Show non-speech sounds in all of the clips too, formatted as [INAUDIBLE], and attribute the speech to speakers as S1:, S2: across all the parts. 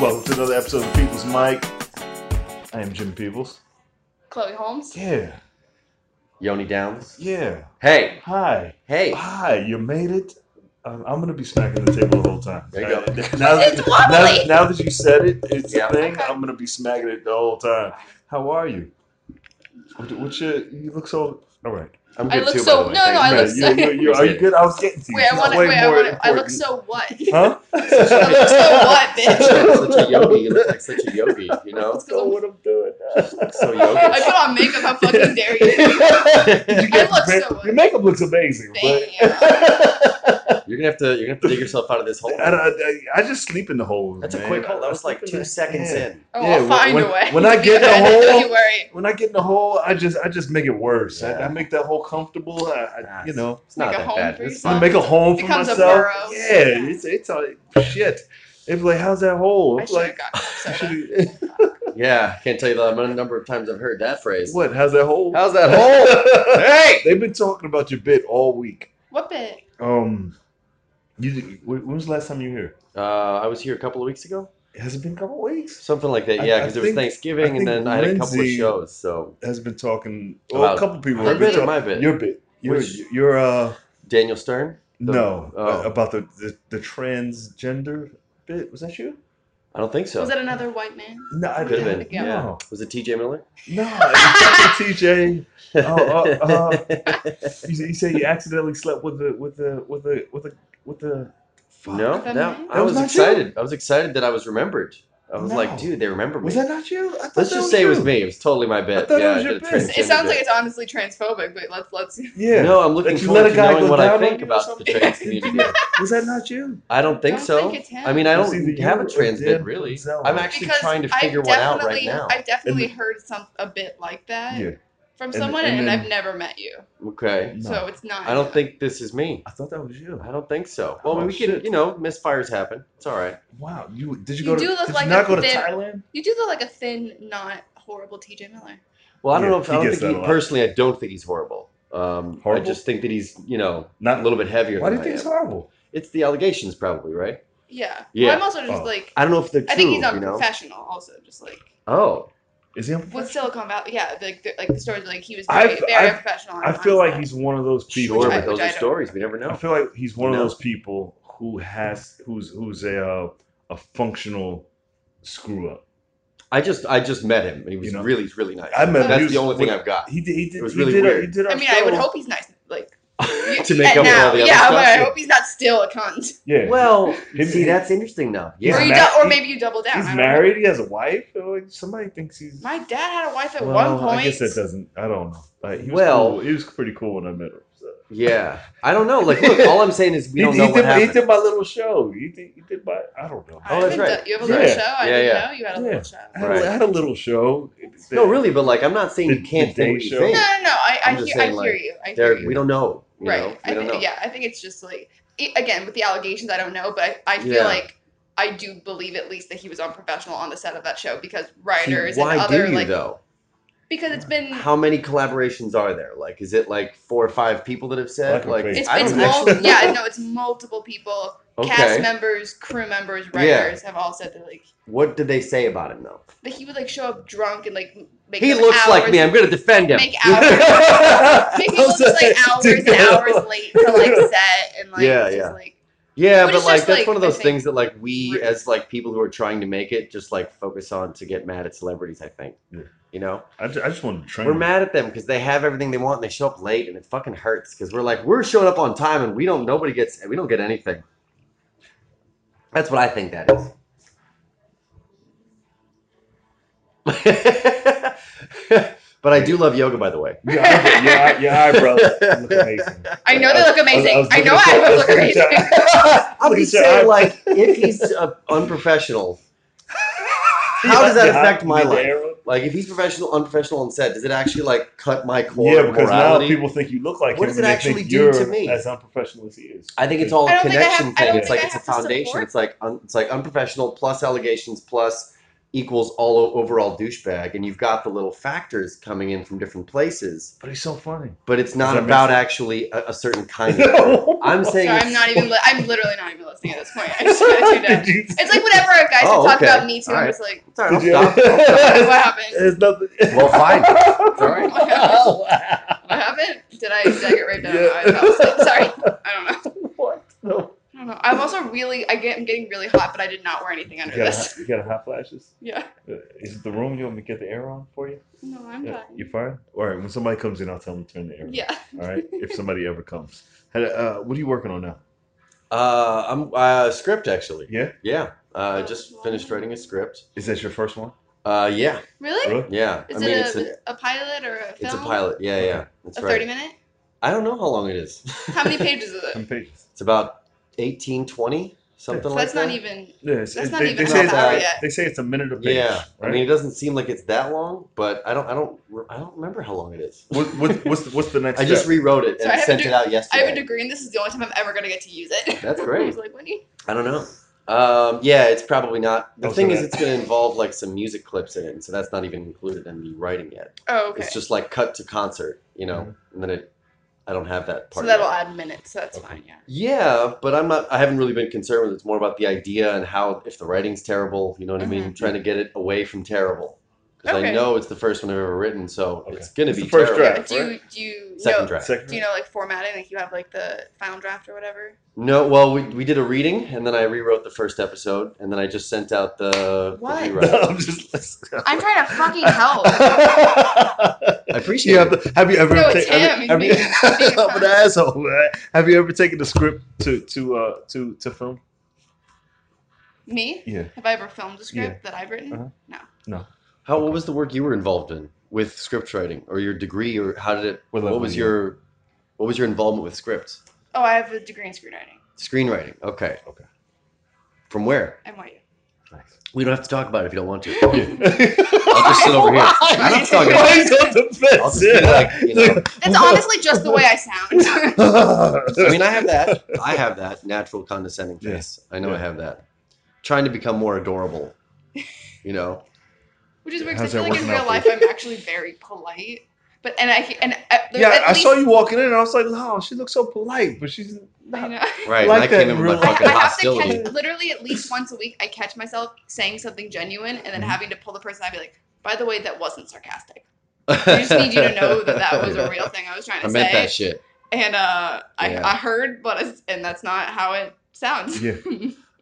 S1: Welcome to another episode of People's Mike. I am Jim Peebles.
S2: Chloe Holmes.
S1: Yeah,
S3: Yoni Downs.
S1: yeah.
S3: Hey,
S1: Hi.
S3: hey.
S1: Hi, you made it. Um, I'm going to be smacking the table the whole time.
S3: There you go.
S1: Uh, [LAUGHS] now, that,
S2: It's
S1: now,
S2: wobbly.
S1: now that you said it, it's
S3: Yeah.
S1: a thing. I'm going to be smacking it the whole time. How are you? What, what's your. You look so. All right.
S3: I'm
S2: I
S3: good
S2: look
S3: too,
S2: so-
S3: by the way.
S2: no, no,
S3: Thank
S2: Oh, I
S3: you.
S2: look
S1: Man, you, you, you, are you good? I was getting to you.
S2: Wait, I
S1: It's
S2: want to.
S1: way
S2: Wait, I
S1: more
S2: want to. I look
S1: important.
S2: so
S1: [LAUGHS]
S2: what?
S1: Huh?
S2: [LAUGHS] I look so what, bitch?
S3: [LAUGHS] You look such a yogi. You look like such a yogi. You know,
S1: I don't know [LAUGHS] what I'm doing.
S3: so
S2: I
S3: [LAUGHS] yogi.
S2: put on makeup. How
S1: [LAUGHS]
S2: fucking dare you?
S1: You
S2: [LAUGHS] I look
S1: your,
S2: so
S1: your
S2: what?
S1: makeup looks amazing, but. [LAUGHS]
S2: Thank you.
S3: You're gonna have to. You're gonna have to dig yourself out of this hole.
S1: I, don't- I, I just sleep in the hole.
S3: That's a
S1: man.
S3: quick hole. That was like
S1: Sleep in
S3: two
S1: the-
S3: seconds
S1: yeah.
S3: in.
S2: Oh,
S1: Yeah,
S2: I'll
S1: when-
S2: find
S1: when-
S2: a way.
S1: when I
S2: [LAUGHS]
S1: get the
S2: Yeah, Don't
S1: whole-
S2: you worry.
S1: when I get in the hole, I just I just make it worse. I,
S3: Yeah.
S1: I make that hole comfortable. I, I you know
S3: It's not
S2: Make a
S3: that
S2: home
S3: bad.
S2: for
S3: It's
S1: I
S2: yourself.
S3: fine.
S1: make a home for
S2: Becomes a
S1: myself.
S2: burrow.
S1: Yeah, it's it's all shit. It's like how's that hole?
S2: I
S1: It's
S2: should have
S1: like
S2: got soda.
S1: should've-
S3: Yeah, can't tell you the amount- number of times I've heard that
S1: [LAUGHS]
S3: phrase.
S1: what? How's that hole? [LAUGHS]
S3: How's that hole? hey,
S1: They've been talking about your bit all week.
S2: What bit?
S1: Um, you when was the last time you were here?
S3: uh, I was here a couple of weeks ago,
S1: Has it been a couple weeks?
S3: something like that.
S1: I-
S3: Yeah,
S1: I
S3: because it was
S1: think- I
S3: Thanksgiving,
S1: think
S3: and then I had a couple of
S1: Lindsay-
S3: shows. So
S1: Has been talking. Well,
S3: About
S1: a couple people.
S3: her
S1: have been
S3: bit or
S1: talk-
S3: my bit?
S1: Your bit. Your
S3: Which-
S1: your uh
S3: Daniel Stern. The-
S1: no uh,
S3: oh.
S1: about the, the the transgender bit. Was that you?
S3: I don't think so.
S2: Was that another white man?
S1: No, I
S3: Could
S1: didn't.
S3: have been.
S2: Yeah.
S3: Yeah. Was it T.J. Miller?
S1: No,
S3: [LAUGHS]
S1: it's TJ. Oh, [LAUGHS] uh, You, you say you accidentally slept with the with the with the with the with the. Fuck.
S3: No,
S2: With that
S3: no.
S2: man?
S3: I
S1: That was
S3: was,
S1: not you?
S3: excited. I was excited that I was remembered. I was
S1: No.
S3: like, dude, they remember me.
S1: was that not you? I thought
S3: Let's
S1: that
S3: just say it was
S1: you.
S3: me. It was totally my
S1: I
S3: bit.
S1: thought it
S3: yeah,
S1: was
S3: I
S1: your
S3: did a
S1: bit.
S2: It sounds
S3: transgender
S2: like
S3: bit.
S2: it's honestly transphobic, but let's let's.
S1: Yeah.
S3: No, I'm looking
S1: That you
S3: forward
S1: let a
S3: to
S1: guy
S3: knowing
S1: go
S3: what I
S1: down on
S3: think
S1: you or
S3: about the
S1: something?
S3: trans community.
S1: [LAUGHS] Was that not you?
S3: I don't think
S2: I don't
S3: so.
S2: think it's him.
S3: I mean, I
S1: It's
S3: don't
S1: either
S3: have
S1: you
S3: a
S1: or
S3: trans
S1: Dan
S3: bit really.
S1: Manzella.
S3: I'm actually
S2: Because
S3: trying to
S2: I've
S3: figure one out right
S2: definitely-
S3: now.
S2: I've definitely
S1: And-
S2: heard some a bit like that
S1: Yeah.
S2: from
S1: And-
S2: someone,
S1: and
S2: and,
S1: then-
S2: I've never met you,
S3: Okay.
S1: No.
S2: so it's not.
S3: I don't think this is me.
S1: I thought that was you.
S3: I don't think so.
S1: Oh,
S3: Well, we
S1: shit.
S3: could, you know, misfires happen. It's all right.
S1: Wow. You did you,
S2: You
S1: go to?
S2: do look
S1: did
S2: like
S1: you not
S2: a
S1: go to
S2: thin-
S1: Thailand?
S2: you do look like a thin, not horrible T.J. Miller.
S3: Well, I don't
S1: Yeah,
S3: know if
S1: he
S3: I don't
S1: gets
S3: think
S1: that a
S3: he,
S1: lot.
S3: personally. I don't think he's horrible. Um, I
S1: Horrible?
S3: just think that he's, you know,
S1: Not
S3: a little bit heavier.
S1: Why do
S3: than
S1: you
S3: I
S1: think it's
S3: am.
S1: horrible?
S3: It's the allegations, probably, right?
S2: Yeah.
S3: Yeah.
S2: Well, I'm also just
S1: Oh.
S2: like
S3: I don't know if they're true.
S2: I think he's
S3: you know?
S2: unprofessional. Also, just like
S3: Oh,
S1: Is he? on-
S2: with Silicon Valley, yeah, like the, like the stories like he was very,
S1: I've-
S2: very
S1: I've-
S2: unprofessional.
S1: I
S2: and
S1: feel like
S2: nonstop.
S1: he's one of those people.
S3: sure,
S2: I-
S3: but those
S2: which I
S3: are
S2: don't-
S3: stories. We never know.
S1: I feel like he's one of
S3: No.
S1: those people who has who's who's a uh, a functional screw up.
S3: I just I just met him and he was
S1: You know?
S3: really really nice.
S1: I met him. He
S3: That's
S1: was-
S3: the only thing
S1: when-
S3: I've got
S1: He did. He did.
S3: It was
S1: he
S3: really
S1: did Our,
S3: weird.
S1: he did our
S2: I mean, I would
S1: show.
S2: hope he's nice. Like
S3: to
S2: and now,
S3: make up with all the other
S2: yeah,
S3: stuff.
S2: but I hope he's not still a cunt.
S1: Yeah.
S3: Well,
S1: Him-
S3: see, that's interesting now.
S1: He's
S2: or,
S3: Yeah,
S2: you
S1: ma-
S2: dou- or
S1: he-
S2: maybe you double down. I
S1: he's
S2: don't
S1: married. He has a wife. so, Like somebody thinks he's.
S2: know. My dad had a wife at
S1: well,
S2: one point.
S1: I guess that doesn't. I don't know. Like, he was
S3: Well-
S1: cool. he was pretty cool when I met him. So.
S3: yeah. I don't know.
S1: [LAUGHS]
S3: Like, look, all I'm saying is we
S1: he,
S3: don't
S1: he
S3: know
S1: did,
S3: what
S1: my- he
S3: happened.
S1: did my little show. He did. He did my. I don't know.
S2: I
S3: Oh, that's
S2: haven't
S3: right.
S2: done- You have a little
S1: Yeah.
S2: show. I
S3: Yeah,
S2: didn't
S3: yeah.
S2: know you had a
S1: Yeah.
S2: little show.
S1: I, had
S3: Right.
S1: a, I had a little show.
S3: no, really, but like, I'm not saying
S1: The-
S3: you can't
S1: the
S3: think what
S1: Day
S3: you
S1: Show.
S2: No, no,
S3: think.
S2: no. I, I,
S3: I'm just
S2: hear,
S3: saying,
S2: I
S3: like,
S2: hear you. I hear
S3: There,
S2: you.
S3: we don't know. You
S2: right.
S3: Know? We
S2: I
S3: don't
S2: think,
S3: know.
S2: Yeah, I think it's just like i again with the allegations, I don't know, but I, I feel
S3: Yeah.
S2: like I do believe at least that he was unprofessional on the set of that show because
S3: See,
S2: writers
S3: why
S2: and other
S3: do you
S2: like
S3: though?
S2: because it's been
S3: How many collaborations are there? Like, is it like four or five people that have said?
S1: Fucking
S3: Like,
S1: crazy.
S2: it's,
S3: I
S2: it's
S3: don't
S2: mul-
S3: actually. know. [LAUGHS]
S2: yeah no it's multiple people cast
S3: Okay.
S2: members crew members
S3: Yeah.
S2: writers have all said that like
S3: What did they say about him though?
S2: that he would like show up drunk and like make
S3: he
S2: them
S3: looks like
S2: hours-
S3: me. I'm gonna defend him. [LAUGHS]
S2: make hours [LAUGHS] make people just like hours and hours late to like set and like
S3: Yeah,
S2: it's just,
S3: yeah.
S2: like
S3: Yeah,
S2: But
S3: but
S2: it's
S3: like
S2: just,
S3: that's
S2: like,
S3: one of
S2: I
S3: those
S2: think-
S3: things that like we
S2: Right.
S3: as like people who are trying to make it just like focus on to get mad at celebrities. I think
S1: Yeah.
S3: you know
S1: I just, I just wanted to train.
S3: we're
S1: him.
S3: mad at them because they have everything they want and they show up late and it fucking hurts because we're like we're showing up on time and we don't nobody gets we don't get anything. That's what I think that is. [LAUGHS] But I do love yoga, by the
S1: [LAUGHS]
S3: way.
S1: Your, eye- your, eye- your eyebrows
S3: [LAUGHS]
S1: look amazing.
S2: I know they look amazing. I,
S1: was [LAUGHS] looking
S2: know
S1: at
S2: I
S1: your-
S2: look
S1: looking at
S2: amazing.
S1: your eye-
S3: I'm
S1: Look at
S3: just
S1: your
S3: saying,
S1: eye-
S3: like, if he's uh, unprofessional, how does that
S1: your eye-
S3: affect my
S1: your
S3: life?
S1: arrow.
S3: Like, if he's professional, unprofessional on set, does it actually like cut my core
S1: Yeah,
S3: of
S1: because
S3: morality?
S1: now people think you look like
S3: What
S1: him.
S3: does it
S1: and they
S3: actually
S1: think
S3: do
S1: you're
S3: to me?
S1: As unprofessional as he is.
S3: I think it's all
S2: I
S3: a
S2: don't think I
S3: connection
S2: have- I don't
S3: thing. It's
S2: think
S3: like
S2: I
S3: it's a
S2: have to
S3: foundation.
S2: support
S3: It's like un, it's like unprofessional plus allegations plus equals all o- overall douchebag, and you've got the little factors coming in from different places.
S1: But he's so funny.
S3: But it's
S1: Does
S3: not
S1: that make
S3: about
S1: sense?
S3: actually a, a
S1: [LAUGHS]
S3: certain kind of. girl. I'm
S2: So
S3: saying
S2: I'm not even. Li- I'm literally not even listening at this point. I
S3: [LAUGHS]
S2: just got too done.
S1: [LAUGHS] Did you-
S2: It's like whenever our guys
S3: Oh,
S2: would talk
S3: okay.
S2: about Me Too,
S3: All
S2: I'm
S3: right.
S2: just like,
S3: Sorry, I'll
S1: Did you-
S3: stop. I'll
S1: [LAUGHS]
S3: stop.
S2: what
S3: [LAUGHS]
S2: happened? [LAUGHS]
S1: It's nothing. [LAUGHS]
S3: Well, fine. It's all
S2: Oh
S3: right.
S2: my gosh. What happened? Did I, did I get right down?
S1: Yeah.
S2: I fell asleep.
S3: [LAUGHS]
S2: Sorry. I don't know.
S1: What? No.
S2: I don't know. I'm also really. I get. I'm getting really hot, but I did not wear anything
S1: You
S2: under
S1: got, a,
S2: this. [LAUGHS]
S1: hot- you got a hot flashes?
S2: Yeah.
S1: Uh, Is it the room you want me to get the air on for you?
S2: No, I'm
S1: Yeah,
S2: done.
S1: You fine? All right. When somebody comes in, I'll tell them to turn the air. on.
S2: [LAUGHS] Yeah.
S1: All right. If somebody ever comes, Had- uh, what are you working on now?
S3: Uh, I'm uh, script actually.
S1: Yeah.
S3: Yeah, uh, just finished writing a script.
S1: Is that your first one?
S3: Uh, yeah,
S2: Really?
S1: Really?
S3: yeah.
S2: Is
S3: I mean,
S2: it
S3: it's a
S2: a, a pilot or a film?
S3: it's a pilot. Yeah, yeah. That's
S2: A
S3: right.
S2: 30 minute?
S3: I don't know how long it is.
S2: How many pages
S3: [LAUGHS]
S2: is
S1: Some
S2: it?
S1: pages.
S3: It's about 18, 20, something
S2: So
S3: like
S2: that's
S3: that.
S2: not even.
S1: Yeah, it's-
S2: That's
S1: it-
S2: not
S1: they,
S2: even
S1: they
S3: half
S1: say it's
S3: hour
S1: a-
S2: yet.
S1: They say it's a minute a page.
S3: Yeah,
S1: Right?
S3: I mean, it doesn't seem like it's that long, but I don't, I don't, re- I don't remember how long it is.
S1: what, what, what's the, what's the next?
S3: [LAUGHS] I just
S1: step?
S3: rewrote it
S2: So
S3: and
S2: I have a
S3: sent
S2: de-
S3: it out
S2: I
S3: yesterday.
S2: have a degree, and this is the only time I'm ever going to get to use it.
S3: That's
S2: [LAUGHS] I
S3: great.
S2: was like, when
S3: I don't know. Um, yeah, it's probably not. The
S1: Oh, so
S3: thing is,
S1: that-
S3: it's going to involve like some music clips in it, and so that's not even included in the writing yet.
S2: Oh, okay.
S3: It's just like cut to concert, you know,
S1: Mm-hmm.
S3: and then it, I don't have that
S2: So
S3: part.
S2: that'll
S3: yet.
S2: add minutes. So that's fine. Yeah.
S3: Yeah, but I'm not. I haven't really been concerned with it. It's more about the idea and how if the writing's terrible, you know what I mean. Trying to get it away from terrible because I
S2: Mm-hmm. Okay.
S3: know it's the first one I've ever written, so
S1: Okay.
S3: it's gonna
S1: It's
S3: be
S1: the first
S3: terrible.
S1: draft.
S2: But do you do you
S3: Second
S2: know,
S3: draft.
S1: Second
S2: Do you know like formatting? Like you have like the final draft or whatever.
S3: No, well, we, we did a reading and then I rewrote the first episode and then I just sent out the, the
S2: What?
S1: [LAUGHS]
S3: rewrite.
S1: [LAUGHS] I'm just listening.
S2: I'm trying to fucking help.
S1: [LAUGHS]
S3: I appreciate
S1: You have,
S3: it.
S1: to, have you ever
S2: No,
S1: ta-
S2: it's
S1: have you-
S2: him.
S1: have [LAUGHS] you-
S2: He's being
S1: I'm an
S2: funny.
S1: asshole, man. Have you ever taken the script to to uh to to film?
S2: Me?
S1: [LAUGHS] Yeah.
S2: Have I ever filmed a script that I've written?
S1: Uh-huh.
S2: No.
S1: No.
S3: How what was the work you were involved in with script writing or your degree or how did it?
S1: What level
S3: what was
S1: you
S3: your what was your involvement with scripts?
S2: Oh, I have a degree in screenwriting.
S3: Screenwriting. Okay.
S1: Okay.
S3: From where?
S2: NYU.
S1: Nice.
S3: We don't have to talk about it if you don't want to. I'll just
S1: [LAUGHS]
S3: sit over here. I'm not talking.
S1: Why is that
S3: I'll just be like, you know.
S2: That's honestly just the way I sound.
S3: I mean, I have that.
S1: [LAUGHS]
S3: I have that natural condescending face. I know I
S1: Yeah.
S3: have that. Trying to become more adorable. You
S1: [LAUGHS]
S3: know,
S2: [LAUGHS] Which is weird
S1: How's
S2: because I
S1: that
S2: feel like in
S1: working
S2: real
S1: out for
S2: life
S1: you?
S2: I'm actually very polite. But and I and uh,
S1: [LAUGHS]
S2: there's
S1: yeah,
S2: at
S1: I
S2: least,
S1: saw you walking in, and I was like, "Oh, she looks so polite, but she's
S2: [LAUGHS] I
S1: not."
S2: know.
S3: right?
S1: Like
S3: and I
S1: that
S3: came in with
S1: real-
S3: my
S2: I,
S3: fucking
S2: I have to
S3: hostility.
S2: catch literally at least once a week. I catch myself saying something genuine and then having to pull the person. I'd be like, "By the way, that wasn't sarcastic. I just need you to know that that
S3: [LAUGHS]
S2: was a real thing I was trying
S3: I
S2: to
S3: meant
S2: say."
S3: that shit.
S2: And uh,
S3: Yeah.
S2: I, I heard, but it's, and that's not how it sounds.
S1: Yeah.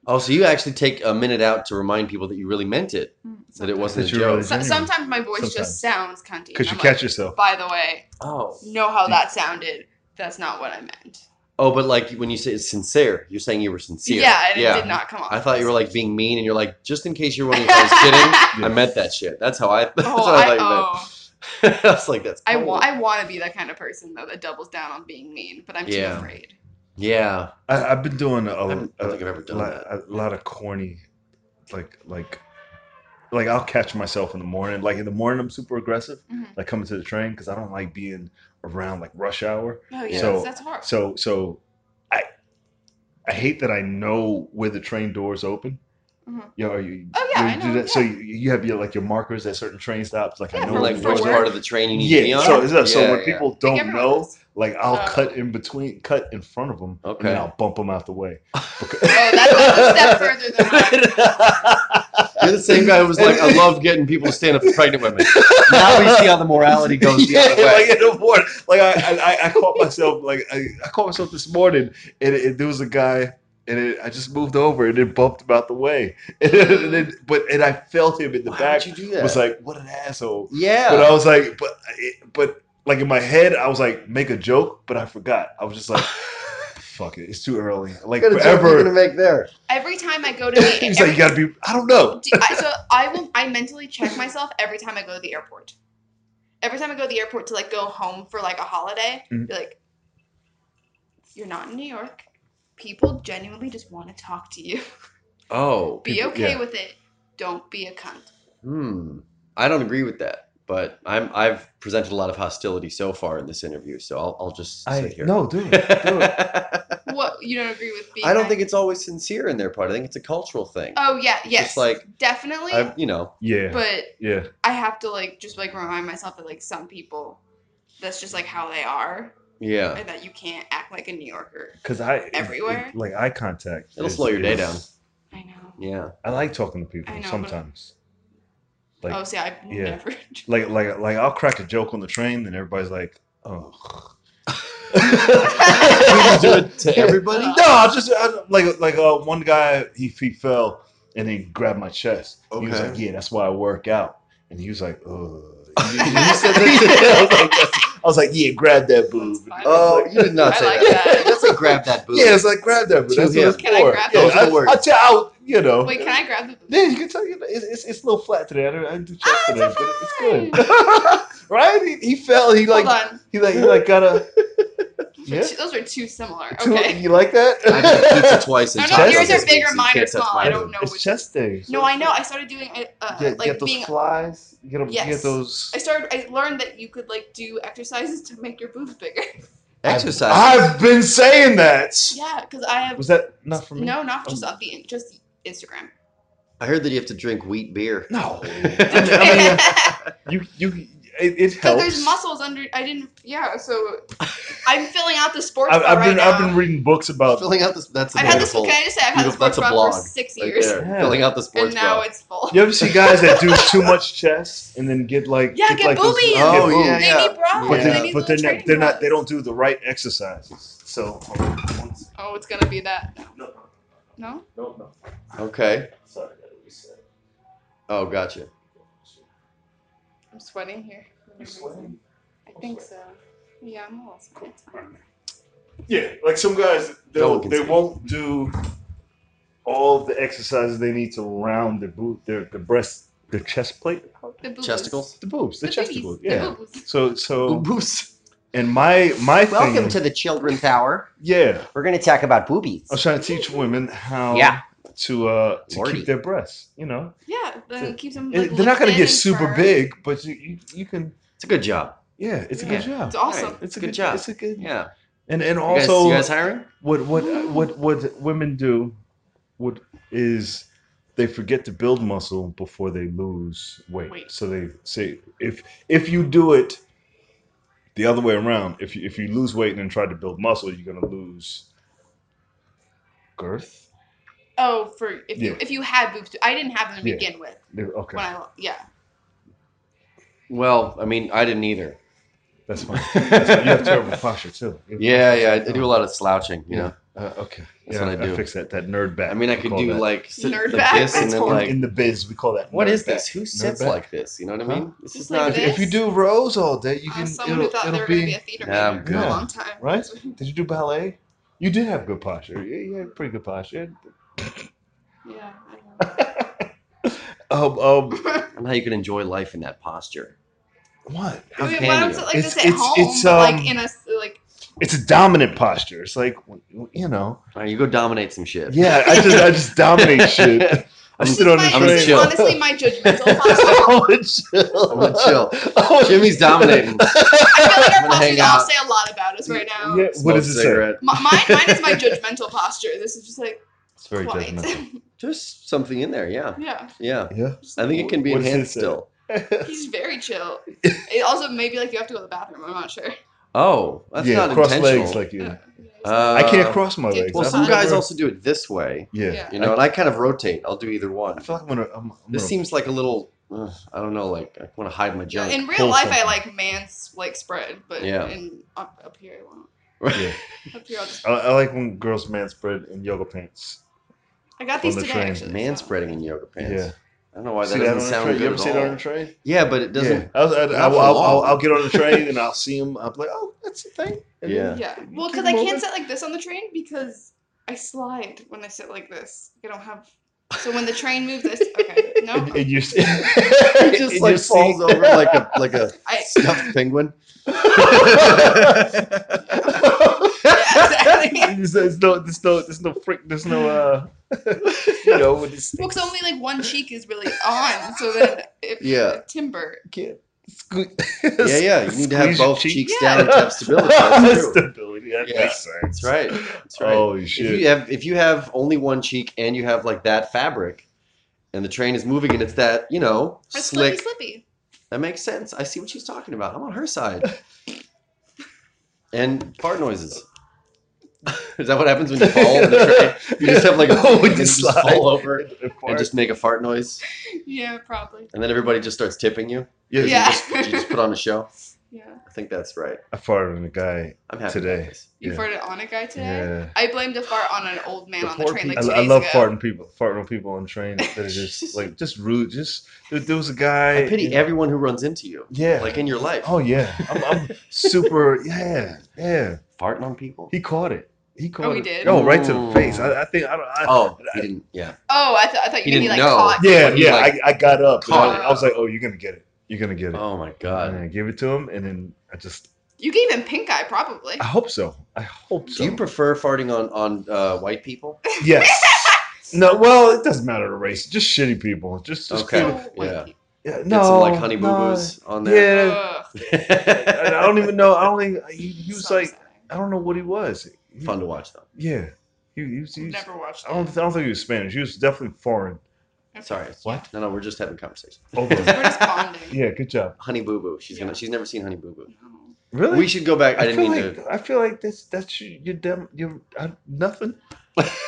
S3: Oh, so you actually take a minute out to remind people that you really meant it, that it
S2: Sometimes.
S3: wasn't a
S1: That you really
S3: joke.
S2: So, sometimes my voice just sounds cunty.
S1: Because you
S2: I'm
S1: catch yourself.
S2: Like, By the way,
S3: Oh,
S2: know how that sounded? That's not what I meant.
S3: oh, but like when you say it's sincere, you're saying you were sincere.
S2: Yeah, and it did not come off.
S3: I thought you were like being mean, and you're like, just in case you're wondering if I
S2: [LAUGHS]
S3: was kidding, I meant that shit. That's how I. [LAUGHS] That's
S2: Oh,
S3: how I,
S2: I,
S3: thought you meant.
S2: oh,
S3: [LAUGHS] I was like, that's.
S2: I
S3: cold.
S2: want. I want to be that kind of person though that doubles down on being mean, but I'm too
S3: Yeah.
S2: afraid.
S3: Yeah.
S1: I, I've been doing a,
S3: I
S1: a,
S3: haven't- I don't think I've ever done
S1: lot, a lot of corny, like like like I'll catch myself in the morning. Like in the morning, I'm super aggressive.
S2: Mhm.
S1: Like coming to the train because I don't like being around like rush hour.
S2: Oh yeah,
S1: So-
S2: that's- that's hard.
S1: So so I I hate that I know where the train doors open.
S2: Mhm.
S1: You know, you,
S2: Oh,
S1: you
S2: yeah, I
S1: do
S2: know,
S1: that. So
S2: yeah.
S1: you, you have your like your markers at certain train stops. Like I
S2: Yeah,
S1: know
S2: for-
S1: where
S3: like
S1: the
S2: for
S3: which
S1: doors
S2: work.
S3: part of the train you need to be
S1: Yeah.
S3: on.
S1: So so, so
S3: Yeah,
S1: when
S3: yeah.
S1: people
S2: I think
S1: don't
S2: everyone
S1: know,
S2: does.
S1: like I'll
S2: Oh.
S1: cut in between, cut in front of them, and
S3: Okay.
S1: then I'll bump them out the
S3: [LAUGHS]
S1: way. [LAUGHS]
S2: Oh, that's, that's a step further than mine.
S3: [LAUGHS] You're the same guy who was like, I love getting people to stand up for
S1: [LAUGHS]
S3: pregnant women. Now we see how the morality goes [LAUGHS]
S1: yeah,
S3: the other way.
S1: [LAUGHS] like in the morning, like I, I, I- I caught myself, like I, I caught myself this morning, and it, there was a guy, and it, I just moved over, and it bumped him out the way, [LAUGHS] and, then- and then, but and I felt him in the
S3: Why
S1: back,
S3: would you do that?
S1: was like, what an asshole.
S3: yeah.
S1: But I was like, but, it- but like in my head, I was like, make a joke, but I forgot. I was just
S3: [LAUGHS]
S1: like, fuck it, it's too early. Like
S3: What kind of joke are
S1: [LAUGHS]
S3: you
S1: forever.
S3: gonna make there?
S2: Every time I go
S1: [LAUGHS]
S2: to the
S1: He's like, you gotta be. I don't know.
S2: Do- I, so I will. I mentally check myself every time I go to the airport. every time I go to the airport to like go home for like a holiday,
S1: Mhm.
S3: Mm-hmm.
S2: be like, you're not in New York. People genuinely just want to talk to you.
S3: Oh,
S2: Be
S1: People-
S2: okay
S1: yeah.
S2: with it. Don't be a cunt.
S3: hmm. I don't agree with that, but I'm I've presented a lot of hostility so far in this interview, so I'll I'll just sit
S1: I
S3: here.
S1: no, do it, do it.
S2: What you don't agree with being?
S3: [LAUGHS] I don't
S2: like-
S3: think it's always sincere in their part. I think it's a cultural thing.
S2: Oh yeah,
S3: It's
S2: yes,
S3: Just like
S2: definitely.
S3: I, you know,
S1: Yeah,
S2: but
S1: yeah,
S2: I have to like just like remind myself that like some people, that's just like how they are,
S3: yeah.
S2: and that you can't act like a New Yorker.
S1: because I it-
S2: Everywhere?
S1: it- like eye contact.
S3: It'll
S1: is-
S3: slow your day
S1: is-
S3: down.
S2: I know.
S1: [LAUGHS]
S3: Yeah.
S1: I like talking to people
S2: I know, but-
S1: sometimes. Like,
S2: oh, see, I've
S1: yeah.
S2: never. [LAUGHS]
S1: like, like, like, I'll crack a joke on the train, and everybody's like, "Oh,
S3: do it [LAUGHS] to [LAUGHS] everybody.
S1: no!" I just I, like, like, uh, one guy he he fell and he grabbed my chest. He was
S3: Okay.
S1: like, "Yeah, that's why I work out," and he was like,
S3: [LAUGHS]
S1: "Oh." he said
S2: [LAUGHS]
S1: that shit. [LAUGHS] I, was like, "That's-" I was like, "Yeah, grab that boob."
S2: That's fine.
S3: Oh, you did not
S2: I
S3: say
S2: like
S3: that. [LAUGHS]
S2: that.
S3: You just say grab that boob.
S1: Yeah, it's like grab that.
S3: To
S1: But that's what it's
S3: him.
S2: Can I
S1: for.
S2: grab
S1: yeah,
S2: that?
S3: Those are the
S1: I,
S3: words.
S1: I tell, I'll, you know.
S2: Wait, can
S1: [LAUGHS]
S2: I grab the?
S1: Yeah, you can tell you know, it's, it's it's a little flat today. I don't I didn't do chest
S2: Oh,
S1: today,
S2: it's
S1: but it's good. [LAUGHS] right? He, he fell. He like
S2: Hold on.
S1: he like he like got a [LAUGHS]
S2: Those,
S1: yeah.
S2: are two, those are too similar.
S1: Two,
S2: [LAUGHS]
S1: [LAUGHS]
S2: Okay.
S1: you like that?
S3: I've had pizza
S1: [LAUGHS]
S3: twice.
S2: No,
S3: And
S2: no,
S3: tacos
S1: yours are
S3: this week,
S2: bigger,
S3: so you
S2: mine are
S3: can't touch
S2: small. I
S3: mine.
S2: don't know
S1: It's
S2: which-
S1: chest days.
S2: no, I know. I started doing uh,
S1: Get,
S2: like
S1: get those
S2: being.
S1: flies. You get, 'em- you
S2: Yes.
S1: get those.
S2: I started. I learned that you could like do exercises to make your boobs bigger. [LAUGHS]
S3: Exercise.
S1: I've been saying that.
S2: yeah, because I have.
S1: Was that not for me? Oh.
S2: No, not just of the just
S1: [LAUGHS]
S2: Instagram.
S3: I heard that you have to drink wheat beer.
S2: [LAUGHS]
S1: No. I mean, I mean,
S2: Because
S1: [LAUGHS] you you it, it helps.
S2: there's muscles under. I didn't. Yeah, so I'm filling out the sports
S1: I've,
S2: bra
S1: I've
S2: right
S1: been
S2: now.
S1: I've been reading books
S2: [LAUGHS]
S1: about
S3: Filling out this. That's a
S2: I've had this.
S3: beautiful-
S2: Can I just say I've had this
S3: beautiful-
S2: sports
S3: that's a
S2: bra for
S3: blog
S2: six
S3: right
S2: years,
S3: there.
S1: Yeah.
S3: Filling out the sports
S2: and now
S3: bra.
S2: it's full.
S1: You ever see guys that do too much chest and then get like
S2: Yeah, get
S1: like those-
S2: boobies.
S1: get
S3: Oh,
S1: boobs.
S3: yeah,
S2: They
S3: yeah.
S2: need bras.
S1: But,
S3: Yeah.
S2: They
S1: they,
S2: need
S1: but they're not
S2: little training
S1: they're not they
S2: bras.
S1: don't do the right exercises. So hold on, one second.
S2: Oh, it's gonna be that.
S1: no,
S2: No.
S1: no, no.
S3: Okay.
S1: Sorry, I gotta reset.
S3: Oh, gotcha.
S2: I'm sweating here.
S1: You sweating?
S2: I think so. Yeah, I'm a little sweaty. It's fine.
S1: Yeah, like some guys
S3: No
S1: they'll
S3: one can
S1: they
S3: see.
S1: won't do all the exercises they need to round their boot their the breast their chest plate.
S2: The boobies.
S3: Chesticles.
S1: The boobs, the,
S2: The
S1: chesticles.
S2: boobies. The
S1: Yeah.
S2: boobs.
S1: So so
S3: Boobs.
S1: and my my
S4: Welcome
S1: thing
S4: to the children's hour.
S1: yeah.
S4: We're going to talk about boobies.
S3: Oh,
S1: I was trying to teach women how
S4: Yeah.
S1: to uh to
S3: Lordy.
S1: keep their breasts, you know.
S2: Yeah, then it keeps them.
S1: And
S2: Like,
S1: they're not
S2: going
S1: gonna
S2: to
S1: get super big, but you, you you can
S3: It's a good job.
S1: yeah, it's a good job.
S2: It's awesome.
S3: Right.
S1: It's a
S3: Good
S1: good,
S3: job.
S1: It's a good
S3: Yeah.
S1: and and
S3: You guys-
S1: also
S3: you guys hiring?
S1: what what what what women do, what is they forget to build muscle before they lose weight.
S2: Weight.
S1: So they say if if you do it the other way around, if you, if you lose weight and then try to build muscle, you're gonna lose girth.
S2: Oh, for if you
S1: Yeah.
S2: if you had boobs, too. I didn't have them to
S1: Yeah.
S2: begin with.
S1: Okay,
S2: When I yeah,
S3: Well, I mean, I didn't either.
S1: that's fine. That's fine. You have terrible posture too.
S3: Yeah, yeah. I do a lot of slouching, you
S1: Yeah.
S3: know.
S1: Uh, okay,
S3: That's
S1: yeah,
S3: what I do.
S1: fix that that nerd back.
S3: I mean, I
S1: We
S3: could
S1: call
S3: do
S1: that.
S3: like sit
S2: Nerd
S3: like
S2: back?
S3: this and
S2: That's
S3: then
S1: In-
S3: like,
S1: in the biz, we call that.
S3: what
S1: nerd
S3: is
S1: back.
S3: this? Who
S1: Nerd
S3: sits
S1: back.
S3: like this? You know what I
S1: Huh?
S3: mean? This
S2: Just
S3: is
S2: like
S3: not.
S1: If, if you do rows all day, you
S2: I
S1: can.
S2: was Uh, someone
S1: It'll,
S2: who thought they
S1: it'll
S2: were
S1: be,
S2: going to be a theater
S3: Nah, I'm
S2: major
S3: good.
S2: for a long time.
S1: [LAUGHS] right. Did you do ballet? You did have good posture. You, you had pretty good posture.
S2: Yeah, I know.
S1: Um, um,
S2: [LAUGHS]
S3: I don't know how you can enjoy life in that posture.
S1: what?
S2: I
S3: How
S2: mean,
S3: can
S2: why don't
S3: you?
S2: you like
S1: It's-
S2: this at
S1: it's-
S2: home?
S1: it's,
S2: but,
S1: um,
S2: like in a s- like
S1: It's a dominant posture. It's like you know.
S3: All right, you go dominate some shit.
S1: Yeah, I just I just [LAUGHS] dominate shit. I
S2: this
S1: sit on the
S2: is my,
S3: I'm
S1: train.
S2: this is
S3: chill.
S2: honestly
S3: [LAUGHS]
S2: my judgmental posture.
S1: [LAUGHS] I'm gonna chill. Oh,
S3: I'm gonna chill.
S1: [LAUGHS]
S3: [LAUGHS]
S2: [LAUGHS]
S3: Jimmy's dominating.
S2: I feel like
S3: I'm
S2: our
S3: gonna hang
S2: postures all
S3: out.
S2: say a lot about us right now.
S1: Yeah, what
S3: Smoke
S1: does it say?
S3: cigarette.
S2: My, mine, mine is my judgmental posture. This is just like
S1: It's very
S2: quiet.
S1: judgmental.
S3: Just something in there, yeah,
S2: [LAUGHS] yeah,
S3: yeah.
S1: [LAUGHS] Yeah.
S3: I think it can be
S1: What does it
S3: enhanced
S1: say?
S3: still. [LAUGHS]
S2: he's very chill. It also maybe like you have to go to the bathroom. I'm not sure.
S3: Oh, that's
S1: yeah,
S3: not
S1: cross
S3: intentional.
S1: legs like you.
S2: Yeah.
S3: Uh,
S1: I can't cross my legs.
S3: Well,
S1: I've
S3: some
S2: Fine.
S3: guys
S1: never-
S3: also do it this way,
S1: Yeah.
S2: Yeah.
S3: you know, and I kind of rotate. I'll do either
S1: I
S3: one.
S1: feel like I'm gonna. I'm, I'm
S3: This
S1: gonna
S3: seems like a little. Uh, I don't know. Like I want to hide my
S2: Yeah,
S3: junk. [LAUGHS]
S2: in real
S1: Pull
S2: life, I
S1: something.
S2: like man's like spread, but
S3: Yeah.
S2: in up, up here, I won't.
S1: yeah.
S2: Up here, I'll just.
S1: I, I like when girls man spread in yoga pants.
S2: I got these
S1: On the
S2: today.
S1: train.
S2: Actually,
S3: Man
S2: so.
S3: spreading in yoga pants.
S1: Yeah.
S3: I don't know why that
S1: see that on
S3: doesn't
S1: the
S3: sound
S1: train? You
S3: good
S1: ever
S3: at
S1: see that on
S3: all.
S1: the train?
S3: Yeah, but it doesn't.
S1: Yeah.
S3: [LAUGHS]
S1: [LAUGHS] I was, I,
S3: not
S1: I,
S3: for
S1: will I'll, I'll,
S3: long.
S1: I'll get on the train and I'll see him. I'm like, oh, that's a thing. And
S3: Yeah.
S1: then-
S2: Yeah.
S1: You
S2: Well,
S1: keep
S2: because I
S1: moving.
S2: can't sit like this on the train because I slide when I sit like this. I don't have So when the train moves, I
S3: [LAUGHS]
S2: s- okay, no,
S1: And, and you [LAUGHS] just
S3: He just like [LAUGHS]
S1: [LAUGHS]
S3: falls over like a like a
S2: I,
S3: stuffed penguin.
S1: there's, there's no, there's no, there's no frick, there's no,
S3: [LAUGHS]
S1: uh, you know, with this
S2: [LAUGHS] well, 'cause only like one cheek is really on, so then if
S1: [LAUGHS]
S3: Yeah.
S2: timber.
S1: can't
S3: [LAUGHS]
S1: sque-
S3: Yeah, yeah. You need to have
S1: squeeze your
S3: both
S1: cheek.
S3: cheeks down to
S1: [LAUGHS]
S3: have stability. That's true.
S1: Stability, that
S3: Yeah.
S1: makes sense.
S3: That's right. That's right.
S1: Holy
S3: If
S1: shit.
S3: you have if you have only one cheek and you have like that fabric, and the train is moving and it's that you know
S2: Or
S3: slick.
S2: slippy, slippy.
S3: That makes sense. I see what she's talking about. I'm on her side. and fart noises. [LAUGHS] is that what happens when you fall in the train? You just have like
S1: [LAUGHS]
S3: a
S1: Oh,
S3: and
S1: you
S3: you just
S1: slide.
S3: fall over and
S1: Fart.
S3: just make a fart noise,
S2: Yeah, probably.
S3: and then everybody just starts tipping you.
S1: yeah,
S2: Yeah.
S3: You just put on a show.
S2: yeah.
S3: I think that's right.
S1: I farted on a guy
S3: I'm happy
S1: Today.
S3: About this.
S2: You
S1: Yeah.
S2: farted on a guy today?
S1: Yeah.
S2: I blamed a fart on an old man
S3: The
S2: on the
S3: poor
S2: train
S3: pe-
S2: like
S1: I,
S2: two
S1: I
S2: days
S1: love
S2: ago.
S1: farting people, farting on people on trains that are
S3: [LAUGHS]
S1: just like just rude. Just there, there was a guy.
S3: I pity everyone who runs into you,
S1: Yeah.
S3: like in your life,
S1: oh yeah, I'm, I'm super. Yeah, yeah.
S3: farting on people.
S1: He caught it. He caught
S2: Oh, he
S1: it.
S2: did?
S1: No, right to the
S3: Mm.
S1: face. I, I think I don't. I, [LAUGHS]
S3: Oh,
S1: I-
S3: he didn't. Yeah,
S2: Oh, I, th- I thought
S3: He
S2: you maybe
S3: didn't
S2: like
S3: know.
S2: caught.
S1: yeah,
S3: He,
S1: yeah.
S3: like,
S1: I, I got up. and
S3: caught
S1: I,
S2: it.
S1: I was like, oh, you're gonna get it. You're gonna get it.
S3: Oh my
S1: And I
S3: god.
S1: give it to him, and then I just.
S2: You gave him pink eye,
S1: [LAUGHS]
S2: probably.
S1: I hope so. I hope so.
S3: Do you prefer farting on on uh, white people?
S1: yes.
S3: [LAUGHS]
S1: No, well, it doesn't matter the race. Just shitty people. Just, just
S3: Okay.
S2: So,
S1: people.
S2: white
S3: [LAUGHS] Yeah.
S2: people.
S1: Yeah,
S3: Get some like
S1: no,
S3: honey boo
S1: no.
S3: boos on there. [LAUGHS]
S1: Yeah.
S2: Ugh,
S1: And I don't even know. I don't even. He, he was
S2: so
S1: like,
S2: upsetting.
S1: I don't know what he was. He-
S3: Fun to watch though.
S1: Yeah. He, he was. He was
S2: Never watched.
S1: I don't. I [LAUGHS] don't think he was Spanish. He was definitely foreign.
S2: it.
S3: Sorry.
S1: What?
S3: No, no, we're just having a conversation.
S1: Over.
S3: [LAUGHS]
S2: We're just [LAUGHS] bonding.
S1: yeah. Good job.
S3: Honey Boo Boo. She's
S2: Yeah.
S3: gonna. She's never seen Honey Boo Boo.
S2: No.
S1: Really?
S3: We should go back. I, didn't
S1: feel
S3: mean
S1: like, [LAUGHS]
S3: to.
S1: I feel like that's that's your your dem, your uh, nothing.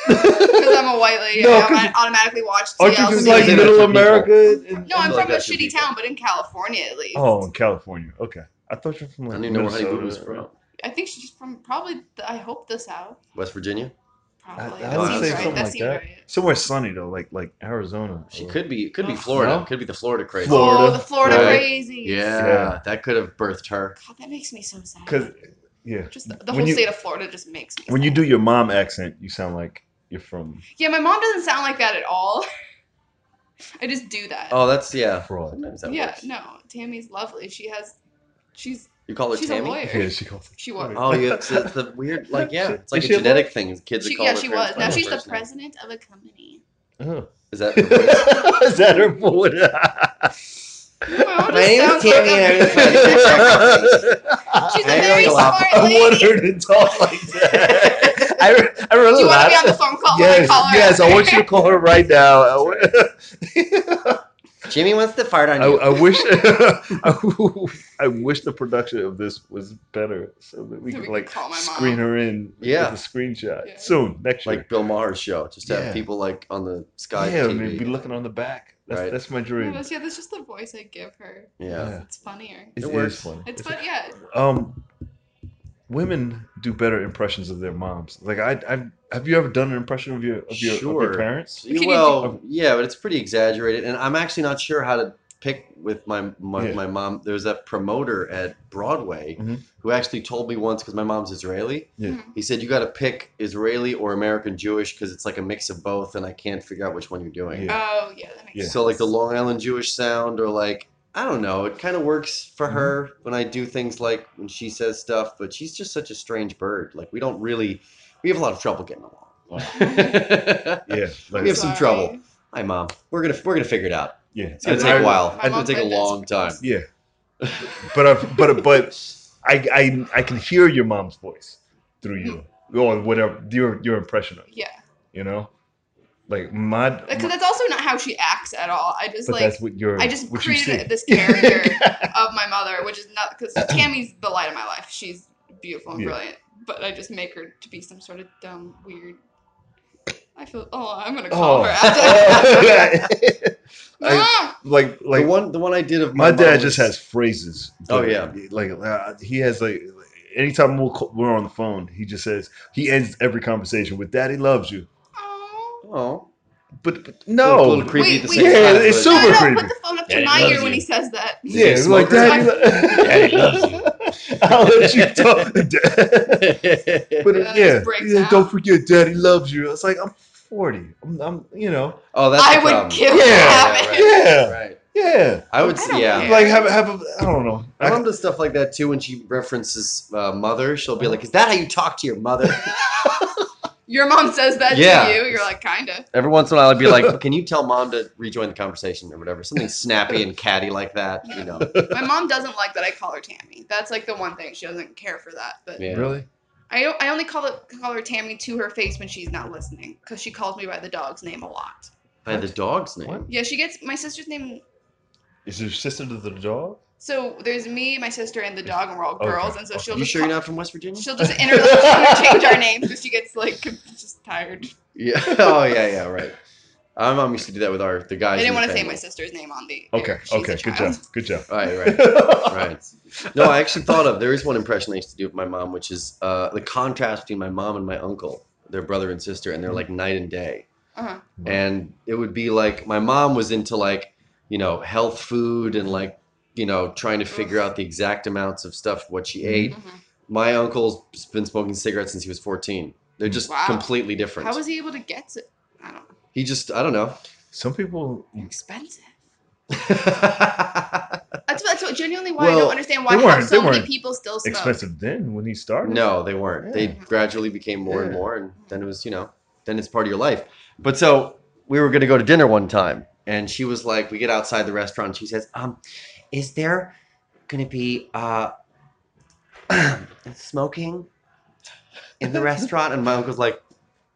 S2: Because I'm a white lady,
S1: No,
S2: I
S1: 'cause-
S2: automa- automatically watch
S1: Aren't you
S2: TLC.
S1: just like
S3: Because
S1: middle
S3: they're
S1: America? and-
S2: no, I'm
S3: Like
S2: from a
S3: that should be
S2: shitty town, but in California at least.
S1: oh, in California. Okay, I thought you were from
S3: I
S1: like
S3: don't even know where Honey Boo Boo's
S1: Minnesota.
S3: from.
S2: I think she's from probably. The, I hope the South.
S3: West Virginia.
S2: Probably.
S1: I, I
S2: that
S1: would
S3: Wow.
S1: say
S2: seems
S1: something
S2: right. That
S1: like
S2: seems
S1: that.
S2: right.
S1: Somewhere sunny though, like like Arizona.
S3: She
S1: or-
S3: could be. It could be
S2: Oh.
S3: Florida.
S1: No.
S3: Could be the Florida craze.
S1: Florida.
S2: Oh, the Florida
S3: Right.
S2: crazies.
S3: Yeah,
S1: Yeah.
S3: that could have birthed her.
S2: God, that makes me so sad.
S1: Cause yeah,
S2: just the, the
S1: when
S2: whole
S1: you-
S2: state of Florida just makes me.
S1: when you
S2: sad.
S1: do your mom accent, you sound like you're from
S2: yeah, my mom doesn't sound like that at all. [LAUGHS] I just do that.
S3: Oh, that's yeah.
S1: fraud.
S3: Sometimes that
S2: yeah,
S3: works.
S2: no, Tammy's lovely. She has, she's
S3: You call her
S2: she's
S3: Tammy.
S2: a lawyer.
S1: Yeah, she [LAUGHS] calls.
S2: She was.
S3: Oh, yeah. It's, it's the weird. Like yeah, it's like
S1: Is
S3: a
S1: she a
S3: genetic thing. Kids
S2: She-
S3: that call
S2: yeah,
S3: their
S2: she was.
S3: parents by
S2: Now
S3: their
S2: she's the
S3: first name.
S2: president of
S1: [LAUGHS]
S2: a company.
S1: Oh.
S3: Is that? her voice?
S1: Is that her
S2: [LAUGHS]
S1: boy?
S2: My mom
S4: My
S2: just
S4: name is
S2: sounds like
S4: Tammy
S2: a-
S4: and I'm the
S2: [LAUGHS] she's a
S4: I
S2: very
S4: know you
S2: smart
S4: laugh.
S1: [LAUGHS] I
S2: lady.
S1: want her to talk like [LAUGHS] that. I, re- I
S2: Do
S1: really
S2: you want to
S1: laughed.
S2: be on the phone call? when I
S1: Yes,
S2: call her
S1: yes, I want you to
S2: [LAUGHS]
S1: call her right now. I, wa-
S4: Jimmy wants to fart on
S1: [LAUGHS] I,
S4: you.
S1: I wish, [LAUGHS] I, wish the production of this was better so that we
S2: So
S1: could
S2: we can
S1: like
S2: call my mom.
S1: screen her in
S3: Yeah.
S1: with a screenshot
S2: Yeah.
S1: soon next year.
S3: like Bill Maher's show. Just have
S1: Yeah.
S3: people like on the sky.
S1: yeah, I
S3: TV.
S1: mean, be looking on the back. That's
S3: Right.
S1: that's my
S2: No,
S1: dream.
S2: that's- yeah, that's just the voice I give her.
S3: Yeah.
S1: Yeah.
S2: It's funnier.
S1: It
S3: It
S1: is
S3: works.
S1: funny.
S2: It's fun. Yeah,
S1: Um, women do better impressions of their moms. Like I, I've, have you ever done an impression of your of your, of your
S3: Sure.
S1: parents?
S2: Can you
S3: well, yeah, but it's pretty exaggerated, and I'm actually not sure how to pick with my my,
S1: Yeah.
S3: my mom. There's that promoter at Broadway
S1: Mhm.
S3: who actually told me once because my mom's Israeli.
S1: Yeah.
S2: Mhm.
S3: He said you got to pick Israeli or American Jewish because it's like a mix of both, and I can't figure out which one you're doing.
S1: Yeah.
S2: Oh yeah, that makes
S1: Yeah.
S2: sense.
S3: So like the Long Island Jewish sound, or like I don't know, it kind of works for
S1: Mm-hmm.
S3: her when I do things like when she says stuff. But she's just such a strange bird. Like we don't really, we have a lot of trouble getting along.
S1: [LAUGHS] Yeah, like,
S3: [LAUGHS] We have some
S2: Sorry.
S3: trouble. Hi, mom. We're gonna we're gonna figure it out.
S1: yeah.
S3: It's gonna
S1: And
S3: take
S1: I-
S3: a while.
S2: My
S3: It's gonna
S2: mom
S3: take a
S2: said this. [LAUGHS]
S3: long time.
S1: Yeah, but I, but but I, I I can hear your mom's voice through you or whatever your your impression of it,
S2: Yeah,
S1: you know, like my.
S2: because that's also not how she acts at all. I just
S1: but
S2: like
S1: that's what you're.
S2: I just
S1: what you see.
S2: created this
S1: [LAUGHS]
S2: character of my mother, which is not
S1: [CLEARS THROAT]
S2: because Tammy's the light of my life. She's beautiful and
S1: Yeah.
S2: brilliant, but I just make her to be some sort of dumb, weird. I feel. Oh, I'm gonna call
S1: Oh. [LAUGHS]
S2: her
S3: [LAUGHS]
S2: after. [LAUGHS]
S1: I-
S2: Mom!
S1: [LAUGHS] like like
S3: the one the one I did of
S1: my
S3: my,
S1: dad
S3: mom
S1: just
S3: was-
S1: has phrases.
S3: Oh,
S1: but,
S3: yeah.
S1: like uh, he has like anytime we'll, co- we're on the phone, he just says he ends every conversation with "Daddy loves you,"
S2: Aw.
S3: Oh,
S1: but, but
S3: no,
S1: no,
S3: little creepy
S2: Wait,
S3: at the
S2: wait.
S3: same
S1: Yeah,
S3: time.
S1: it's
S3: but-
S1: Super
S2: no, no,
S1: creepy.
S2: put the phone up to
S1: Daddy
S2: my
S1: loves
S2: ear when
S1: you.
S2: he says that.
S3: Is he
S1: yeah,
S3: a
S1: it's like
S3: smoker?
S2: [LAUGHS]
S1: "Daddy, lo-
S3: Daddy loves you.
S1: [LAUGHS] I'll let
S3: [LAUGHS]
S1: you [LAUGHS] talk." but
S2: just
S1: yeah,
S2: breaks
S1: uh, yeah
S2: out.
S1: don't forget, Daddy loves you. It's like I'm forty. I'm, I'm you know,
S3: Oh, that's
S2: I
S3: the
S2: would
S3: problem.
S2: kill
S1: Yeah,
S2: have it.
S1: yeah,
S3: Right.
S1: yeah.
S3: I would.
S2: I don't
S3: yeah.
S2: care.
S1: Like have have a, I don't know.
S3: I
S1: I,
S3: [LAUGHS] love the stuff like that too. When she references uh, mother, she'll be like, "Is that how you talk to your mother?"
S2: Your mom says that
S3: Yeah.
S2: to you. You're like, kinda.
S3: [LAUGHS] Every once in a while, I'd be like, "Can you tell mom to rejoin the conversation or whatever?" Something snappy and catty like that, you [LAUGHS] know.
S2: My mom doesn't like that I call her Tammy. That's like the one thing she doesn't care for that. But
S3: Yeah.
S1: really.
S2: I don't- I only call it call her Tammy to her face when she's not listening because she calls me by the dog's name a lot.
S3: By the dog's name.
S1: What?
S2: Yeah, she gets my sister's name.
S1: Is your sister to the dog?
S2: So there's me, my sister, and the dog, and we're all
S1: Okay.
S2: girls. And so she'll
S3: You
S2: just
S3: sure
S2: call-
S3: you're not from West Virginia?
S2: [LAUGHS] she'll just inter-
S3: [LAUGHS]
S2: interchange our names because she gets like just tired.
S3: Yeah. [LAUGHS] Oh yeah, yeah, right. Our mom used to do that with our the
S2: I
S3: guys.
S2: didn't
S3: want
S2: want to say my sister's name on the. air.
S1: Okay,
S2: She's a
S1: okay, good job,
S2: child.
S1: good job.
S3: Right, right. right. [LAUGHS] No, I actually thought of there is one impression I used to do with my mom, which is uh, the contrast between my mom and my uncle, their brother and sister, and they're like night and day.
S2: Uh-huh.
S3: And it would be like my mom was into like you know health food and like you know trying to figure out the exact amounts of stuff what she ate.
S2: Mhm.
S3: My uncle's been smoking cigarettes since he was fourteen. They're just
S2: Wow.
S3: completely different.
S2: How was he able to get to? I don't. know.
S3: he just I don't know.
S1: Some people
S3: [LAUGHS]
S2: Expensive. [LAUGHS] That's that's what genuinely why I
S3: Well,
S2: don't understand why
S1: they
S2: how
S1: weren't- they
S2: so many
S1: weren't
S2: people still smoke. [LAUGHS]
S1: expensive then when he started.
S3: No, they weren't. They
S1: Yeah.
S3: gradually became more and
S1: Yeah.
S3: more, and then it was, you know, then it's part of your life. But so we were going to go to dinner one time, and she was like, we get outside the restaurant. She says, um, is there going to be uh, [CLEARS THROAT] smoking in the restaurant? And my uncle's like,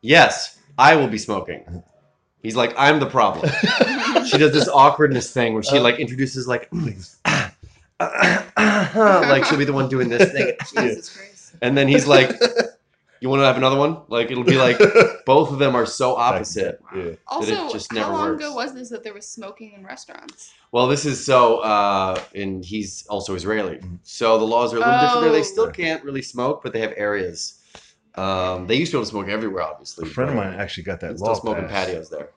S3: yes, I will be smoking. He's like, I'm the problem. she does this awkwardness thing where she
S1: Uh-huh.
S3: like introduces like, [CLEARS THROAT] like she'll be the one doing this thing.
S2: Jesus Christ.
S3: And then he's
S1: [LAUGHS]
S3: like, "You want to have another one?" Like it'll [LAUGHS] be like both of them are so opposite.
S1: Yeah.
S2: Also,
S3: just
S2: how
S3: never
S2: long
S3: works.
S2: ago was this that there was smoking in restaurants?
S3: Well, this is so, uh, and he's also Israeli,
S1: Mm-hmm.
S3: so the laws are a little different. there. They still
S2: Oh.
S3: can't really smoke, but they have areas. Um, they used to be able to smoke everywhere, obviously.
S1: A friend of
S3: but
S1: mine actually got
S3: they
S1: that law
S3: still smoking
S1: passed.
S3: patios there.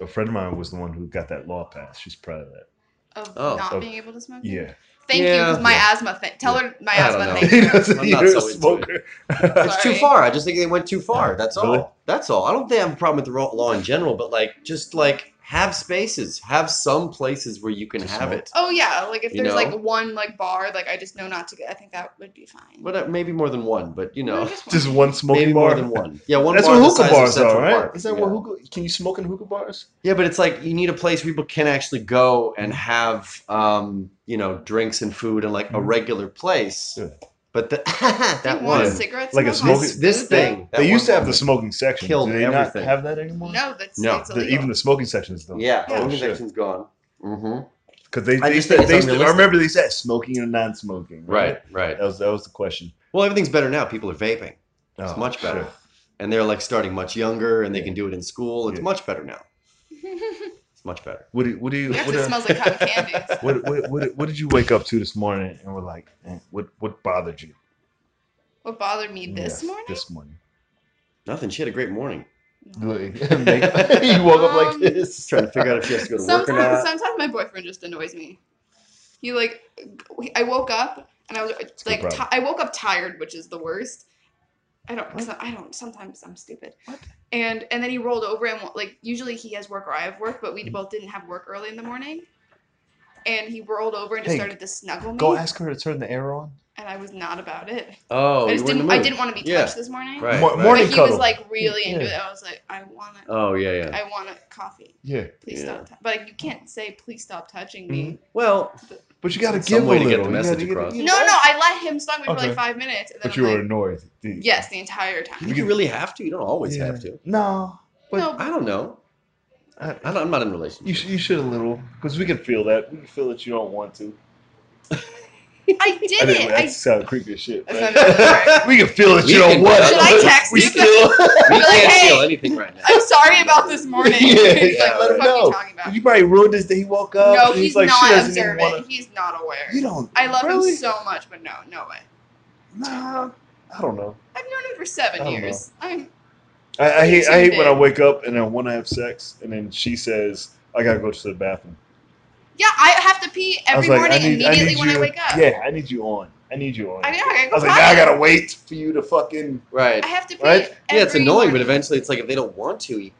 S1: A friend of mine was the one who got that law passed. She's proud of that.
S2: Of
S3: Oh.
S2: not
S1: Of-
S2: being able to smoke.
S1: Yeah.
S2: Thank you.
S3: Yeah.
S2: 'cause My
S1: Yeah.
S2: asthma. Th- tell her my
S3: I don't
S2: asthma.
S3: know.
S2: Thank
S1: He doesn't.
S3: [LAUGHS] I'm not
S1: You're a
S3: so into
S1: smoker.
S3: [LAUGHS] It's too
S2: Sorry.
S3: far. I just think they went too far. That's
S1: Really?
S3: all. That's all. I don't think I have a problem with the ro- law in general, but like, just like have spaces, have some places where you can
S1: To
S3: have
S1: smoke.
S3: it.
S2: Oh yeah, like if
S3: You
S2: there's like
S3: know?
S2: one like bar, like I just know not to go. I think that would be fine.
S3: But uh, maybe more than one. But you
S2: No,
S3: know.
S2: just one.
S1: Just one smoking
S3: Maybe
S1: bar.
S3: more than one. Yeah, one
S1: That's
S3: bar
S1: what hookah
S3: the size of
S1: bars are,
S3: Central
S1: right?
S3: Park.
S1: Is that
S3: yeah.
S1: what hookah? Can you smoke in hookah bars?
S3: Yeah, but it's like you need a place where people can actually go and have, um, you know, drinks and food and like a regular place.
S1: Yeah.
S3: But the, [LAUGHS]
S2: Do you
S3: that
S2: want
S3: one,
S2: a cigarette
S1: Like a
S2: smoke on
S1: smoking-
S2: food,
S3: this
S2: though?
S3: thing, that
S1: they used
S3: one
S1: to have the
S3: woman.
S1: smoking section.
S3: killed
S1: Do they
S3: everything.
S1: not have that anymore?
S2: No, that's
S3: No,
S2: it's
S1: The-
S2: illegal.
S1: even the smoking section is done.
S3: Yeah,
S2: Yeah.
S3: I think has gone. Mm-hmm.
S1: Because they,
S3: I
S1: they
S3: just
S1: said
S3: think
S1: they
S3: it's
S1: said- I
S3: unrealistic.
S1: remember they said smoking and non-smoking.
S3: Right, right.
S1: That was that was the question.
S3: Well, everything's better now. People are vaping, It's
S1: Oh,
S3: much better.
S1: sure.
S3: and they're like starting much younger, and they can do it in school. It's
S1: Yeah.
S3: much better now.
S2: [LAUGHS]
S3: It's much better.
S1: What do you- what do you
S2: Yeah, 'cause
S1: what,
S2: it
S1: uh,
S2: smells like cotton candy.
S3: [LAUGHS]
S1: what, what, what, what did you wake up to this morning and were like, eh, what what bothered you
S2: What bothered me this
S1: Yeah,
S2: morning?
S1: This morning,
S3: Nothing. She had a great morning. [LAUGHS]
S1: [LAUGHS] you woke up like
S2: Um,
S1: this.
S3: Trying to figure out if she has to go to work or
S2: Sometimes,
S3: not.
S2: sometimes my boyfriend just annoys me. He like, I woke up and I was
S1: no
S2: like,
S1: problem.
S2: ti- I woke up tired, which is the worst. I don't, I don't. Sometimes I'm stupid. And and then he rolled over and like usually he has work or I have work, but
S3: Mm-hmm.
S2: we both didn't have work early in the morning. And he rolled over and just
S1: Hey,
S2: started to snuggle me,
S1: Go ask her to turn the air on.
S2: and I was not about it.
S3: Oh,
S2: I
S3: you
S2: just
S3: were in the
S2: didn't. I
S3: mood.
S2: didn't want to be
S3: Yeah.
S2: touched this morning.
S3: Right,
S1: Mo-
S3: right.
S2: But
S1: Morning
S2: he
S1: cuddle.
S2: was like really into
S1: Yeah.
S2: it. I was like, I want to.
S3: Oh yeah, yeah.
S2: I want a coffee.
S1: Yeah,
S2: Please
S3: Yeah. Mm-hmm.
S2: stop. T- but you can't say, please stop touching me.
S3: Well,
S1: but you got to
S3: Some
S1: give
S3: way
S1: a
S3: to get
S1: little.
S3: the
S1: You gotta
S3: message
S1: get-
S3: across.
S1: you
S2: No, no,
S1: know?
S2: I let him snuggle me for
S1: Okay.
S2: like five minutes. And then
S1: But
S2: I'm
S1: you were
S2: like,
S1: annoyed. Did-
S2: yes, the entire time.
S3: you can really have to. You don't always
S1: Yeah.
S3: have to.
S1: No, but
S2: no,
S3: I don't know.
S1: I-
S3: I don't, I'm not in a
S1: you
S3: relationship.
S1: sh- you should a little because we can feel that. We can feel that you don't want to.
S2: I
S1: I
S2: did
S1: didn't.
S2: it. I,
S1: That sound creepy as shit.
S2: That's
S1: right?
S2: not right.
S1: [LAUGHS] we can feel that
S3: We
S1: you don't
S3: can-
S1: want.
S3: Should
S2: I
S1: it.
S2: text
S1: we
S2: you? [LAUGHS]
S1: Still,
S3: we
S2: You're like,
S3: can't
S2: "Hey,
S3: feel anything right now.
S2: I'm sorry about this
S1: [LAUGHS]
S2: morning. he's like,
S3: yeah,
S2: what the
S3: right.
S2: fuck are you talking about?
S1: You probably ruined this day. He woke up.
S2: no,
S1: and
S2: he's,
S1: he's, like, she
S2: not
S1: doesn't even
S2: observant.
S1: want to.
S2: He's not aware.
S1: You don't.
S2: I love
S1: really?
S2: him so much, but no, no way.
S1: Nah, I don't know.
S2: I've known him for
S1: I
S2: seven
S1: don't
S2: years. I'm
S1: I, I hate. I hate when I
S2: Intimidating.
S1: wake up and I want to have sex, and then she says, "I gotta go to the bathroom."
S2: yeah, I have to pee
S1: I was
S2: every
S1: like,
S2: morning
S1: I need, I
S2: immediately
S1: need
S2: when
S1: you,
S2: I wake up.
S1: Yeah, I need you on. I need you on.
S2: I know. I,
S1: I was like, now I gotta wait for you to fucking.
S3: Right.
S2: I have to pay.
S1: Right?
S3: Yeah, it's
S2: every
S3: annoying, but
S2: month.
S3: eventually it's like if they don't want to, you-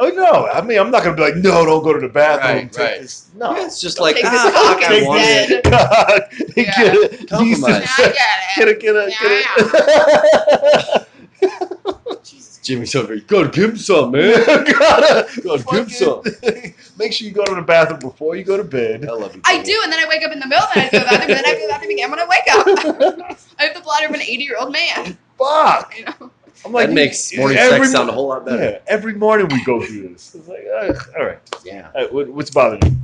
S1: Oh no! I mean, I'm not gonna be like, no, don't go to the bathroom.
S3: Right,
S1: take
S3: right.
S1: this. No. [LAUGHS]
S3: it's just like,
S2: Take
S3: ah,
S2: this
S3: fuck,
S2: fucking
S3: I
S1: Take
S3: want
S2: bed.
S3: it.
S1: this. [LAUGHS] God. Get
S2: Yeah.
S1: it.
S3: Compromise.
S2: Yeah,
S1: [LAUGHS]
S2: I
S1: Get
S2: get
S1: it. Get
S2: it.
S1: it. Get
S2: Yeah.
S1: [LAUGHS] it.
S2: Jesus.
S3: Jimmy's over here. Gotta give him some, man.
S1: [LAUGHS] Gotta
S3: God, give some.
S1: fucking- [LAUGHS] Make sure you go to the bathroom before you go to bed.
S3: I love you.
S2: I
S3: Jimmy.
S2: do, and then I wake up in the middle, and I go to the bathroom, and then I go to the bathroom again when I wake up. I have the bladder of an 80 year old man.
S1: Fuck.
S2: You know,
S1: I'm like,
S3: that makes morning
S1: every
S3: sex
S1: mo-
S3: sound a whole lot better.
S1: Yeah, every morning we go through this. It's like, all right, all right,
S3: Yeah.
S1: all right, what, what's bothering you?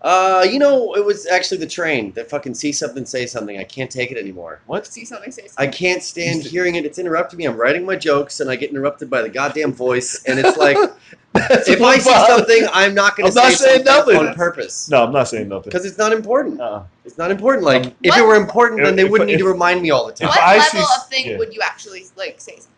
S3: Uh, you know, it was actually the train that fucking see something, say something. I can't take it anymore.
S1: What?
S2: see something, say something.
S3: I can't stand hearing it. It's interrupting me. I'm writing my jokes, and I get interrupted by the goddamn voice. And it's [LAUGHS] like,
S1: That's
S3: if
S1: what
S3: I see
S1: bothers-
S3: something, I'm not going to
S1: I'm not
S3: say
S1: saying
S3: something
S1: nothing.
S3: on purpose
S1: no, I'm not saying nothing.
S3: because it's not important.
S1: Uh-uh.
S3: It's not important. Like,
S1: Um,
S3: if
S2: What?
S3: it were important, then they
S1: If-
S3: wouldn't need to
S1: if-
S3: remind me all the
S1: If
S3: time.
S2: what
S1: I see
S2: level
S1: s-
S2: of thing
S1: yeah.
S2: would you actually like say something?